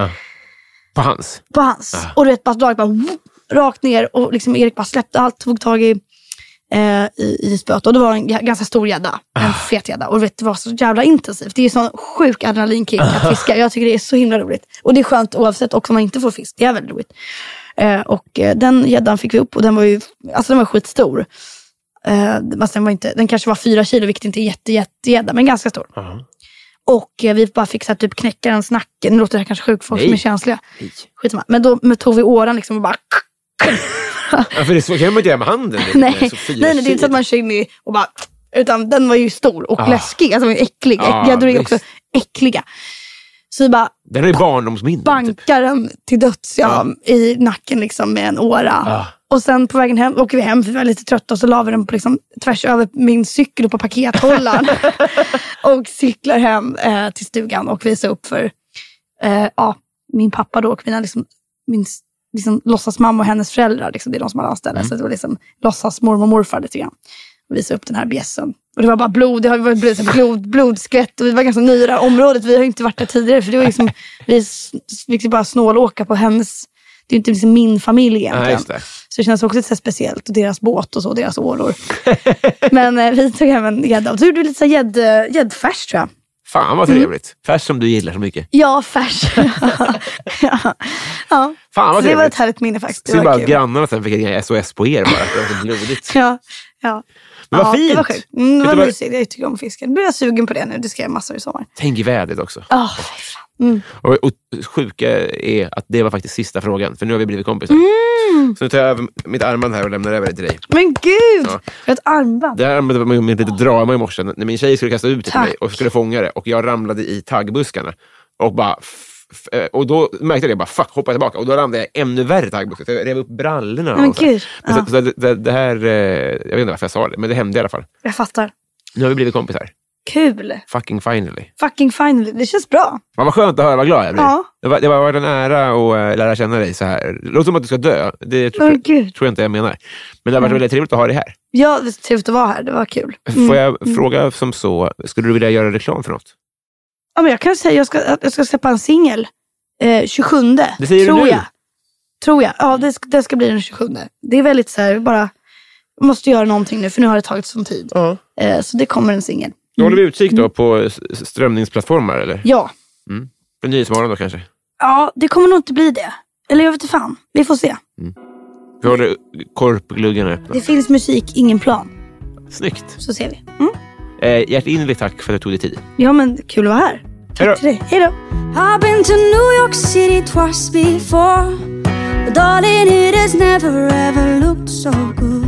Speaker 1: På hans?
Speaker 2: på hans. Och du vet, bara draget bara whoop, rakt ner och liksom Erik bara släppte allt, tog tag i, eh, i, i spöet. Och det var en g- ganska stor gädda, en fet gädda. Och du vet, det var så jävla intensivt. Det är ju sån sjuk adrenalinkick att fiska. Jag tycker det är så himla roligt. Och det är skönt oavsett, också om man inte får fisk. Det är väldigt roligt. Eh, och eh, den gäddan fick vi upp och den var ju, alltså den var skitstor. Eh, fast den, var inte, den kanske var fyra kilo, vilket inte är jätte, jätte gädda, men ganska stor. Och eh, vi bara fick så här, typ knäcka den nacken. Nu låter det här kanske sjukt för folk som
Speaker 1: Nej.
Speaker 2: är känsliga. Skitsamma. Men då men tog vi åran liksom och bara...
Speaker 1: Ja, för det så kan man inte göra med handen. Det är
Speaker 2: nej.
Speaker 1: så
Speaker 2: nej,
Speaker 1: fyra
Speaker 2: nej, det är inte så att man kör in i och bara... Utan den var ju stor och
Speaker 1: Ah.
Speaker 2: läskig. Alltså den var ju äcklig.
Speaker 1: Ah,
Speaker 2: Gäddor är ju
Speaker 1: visst.
Speaker 2: också äckliga. Så vi bara
Speaker 1: Den är barndomsminnen. Typ.
Speaker 2: bankar den till döds ja, i nacken liksom med en åra.
Speaker 1: Ah.
Speaker 2: Och sen på vägen hem åker vi hem för vi var lite trötta och så la vi den på liksom, tvärs över min cykel och på pakethållaren. och cyklar hem eh, till stugan och visar upp för eh, ja, min pappa då och mina, liksom, min s- liksom, låtsasmamma och hennes föräldrar. Liksom, det är de som har
Speaker 1: Mm.
Speaker 2: anställda. Så det var liksom låtsasmormor och morfar lite grann. Och visade upp den här bjässen. Och det var bara blod, det har varit blod, så här blod, blodskvätt och vi var ganska nya i det här området. Vi har ju inte varit där tidigare för det var liksom, vi s- fick ju bara snålåka på hennes, det är ju inte liksom min familj egentligen.
Speaker 1: Ja, just det.
Speaker 2: Så det känns också lite så här speciellt. Och deras båt och så, deras ålor. Men eh, vi tog hem en gädda. Och så gjorde vi lite så här gädd- eh, gäddfärs tror jag.
Speaker 1: Fan vad
Speaker 2: Mm.
Speaker 1: trevligt. Färs som du gillar så mycket.
Speaker 2: Ja, färs. ja. ja.
Speaker 1: Fan vad
Speaker 2: Så det var
Speaker 1: trevligt.
Speaker 2: ett härligt minne faktiskt. Det
Speaker 1: Synd bara
Speaker 2: var
Speaker 1: att
Speaker 2: kul.
Speaker 1: grannarna sen fick ringa SOS på er bara. för att Det var så blodigt.
Speaker 2: Ja, ja.
Speaker 1: Men vad
Speaker 2: ja, Det var
Speaker 1: fint.
Speaker 2: sjukt. Mm, det
Speaker 1: Vet
Speaker 2: var
Speaker 1: du vad-
Speaker 2: mysigt. Jag tycker om fisken. Nu blir jag sugen på det nu. Det ska jag massor i sommar.
Speaker 1: Tänk i vädret också.
Speaker 2: Oh,
Speaker 1: Och, och sjuka är att det var faktiskt sista frågan, för nu har vi blivit kompisar.
Speaker 2: Mm.
Speaker 1: Så nu tar jag över mitt armband här och lämnar över det till dig.
Speaker 2: men gud!
Speaker 1: Ja.
Speaker 2: Jag har ett armband.
Speaker 1: Det här armbandet var med lite drama i morse. När min tjej skulle kasta ut det till
Speaker 2: Tack.
Speaker 1: mig och skulle fånga det och jag ramlade i taggbuskarna. Och, bara, f- f- och då märkte jag det, bara, fuck, hoppa tillbaka. Och då ramlade jag ännu värre i taggbuskar. Så jag rev upp brallorna.
Speaker 2: Men
Speaker 1: och så här.
Speaker 2: gud,
Speaker 1: Men
Speaker 2: ja.
Speaker 1: så, så det- det, det här, eh, jag vet inte varför jag sa det, men det hände i alla fall.
Speaker 2: Jag fattar.
Speaker 1: Nu har vi blivit kompisar.
Speaker 2: Kul!
Speaker 1: Fucking finally.
Speaker 2: Fucking finally. Det känns bra.
Speaker 1: Man, vad skönt att höra, vad glad jag blir.
Speaker 2: Ja.
Speaker 1: Det var- Det har varit en ära att eh, lära känna dig så här. Det låter som att du ska dö. Det tr-
Speaker 2: Men gud.
Speaker 1: tror jag inte jag menar. Men det har varit väldigt trevligt att ha dig här.
Speaker 2: Ja, det är trevligt att vara här. Det var kul.
Speaker 1: Får jag
Speaker 2: mm.
Speaker 1: fråga som så, skulle du vilja göra reklam för något?
Speaker 2: Ja, men jag kan säga att jag ska, att jag ska släppa en singel eh, 27.
Speaker 1: Det säger du
Speaker 2: tror
Speaker 1: nu.
Speaker 2: jag. Tror jag. Ja, det, ska- det ska bli den 27. Det är väldigt så här, bara, jag måste göra någonting nu för nu har det tagit sån tid.
Speaker 1: Ja.
Speaker 2: Eh, så det kommer en singel.
Speaker 1: Då håller vi utkik då på s- s- strömningsplattformar eller?
Speaker 2: Ja.
Speaker 1: På Nyhetsmorgon då kanske?
Speaker 2: ja, det kommer nog inte bli det. Eller jag vet inte fan. Vi får se.
Speaker 1: Vi håller korpgluggarna öppna.
Speaker 2: Det finns musik, ingen plan.
Speaker 1: Snyggt.
Speaker 2: Så ser vi. Mm.
Speaker 1: Eh, hjärtinnerligt tack för att du tog dig tid.
Speaker 2: Ja, men kul att vara här.
Speaker 1: Hej då.
Speaker 2: Tack till dig. Hej då.
Speaker 4: I've been to New York City twice before. But darling, it has never ever looked so good.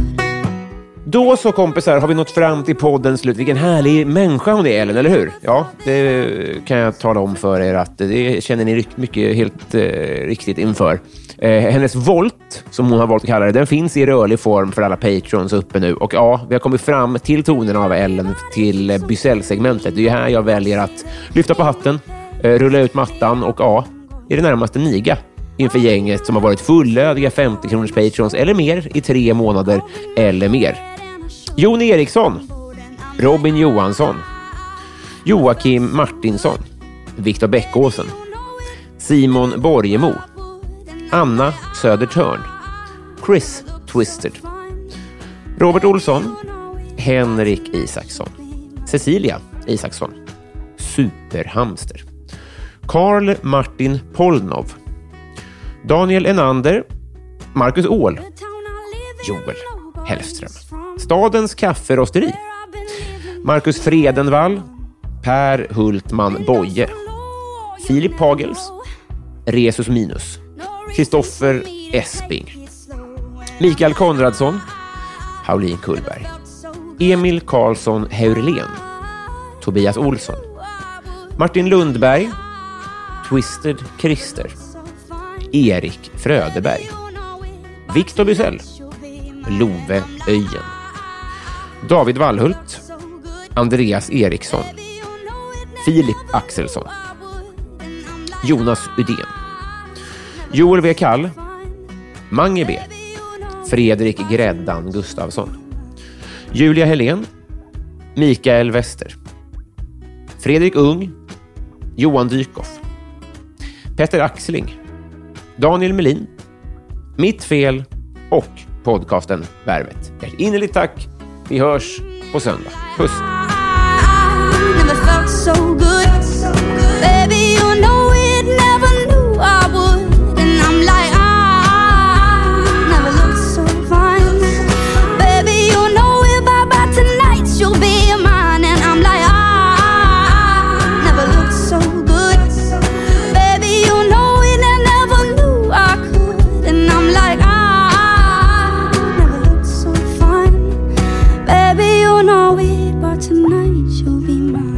Speaker 7: Då så kompisar har vi nått fram till poddens slut. Vilken härlig människa hon är Ellen, eller hur? Ja, det kan jag tala om för er att det känner ni rikt- mycket helt eh, riktigt inför. Eh, hennes volt, som hon har valt att kalla det, den finns i rörlig form för alla patrons uppe nu. Och ja, vi har kommit fram till tonen av Ellen till eh, Bysell-segmentet. Det är ju här jag väljer att lyfta på hatten, eh, rulla ut mattan och ja, i det närmaste niga inför gänget som har varit fullödiga 50-kronors patrons eller mer i tre månader eller mer. Jon Eriksson, Robin Johansson, Joakim Martinsson, Viktor Bäckåsen, Simon Borgemo,
Speaker 4: Ah,
Speaker 7: Anna Södertörn, Chris Twisted, Robert Olsson, Henrik Isaksson, Cecilia Isaksson, Superhamster, Karl Martin Polnov, Daniel Enander, Marcus Åhl, Joel Hellström. Stadens kafferosteri. Marcus Fredenvall. Per Hultman Boye. Filip Pagels. Resus Minus. Kristoffer Esping. Mikael Konradsson. Pauline Kullberg. Emil Karlsson Heurlen. Tobias Olsson. Martin Lundberg. Twisted Christer.
Speaker 1: Erik Fröderberg, Victor Bysell, Love Öjen, David Wallhult, Andreas Eriksson, Filip Axelsson, Jonas Udén, Joel W. Kall, Mange B, Fredrik Gräddan Gustafsson, Julia Helén, Mikael Wester, Fredrik Ung, Johan Dykhoff, Petter Axling, Daniel Melin, Mitt Fel och podcasten Värvet. Ett innerligt tack. Vi hörs på söndag. Puss!
Speaker 4: I never felt so good. Baby, you know it, never knew I would. And I'm like, I never looked so fine. Baby, you know it, bye bye tonight, you'll be mine. And I'm like, I never looked so good. Baby, you know it, I never knew I could. And I'm like, I never looked so fine. Baby, you know it, but tonight you'll be mine.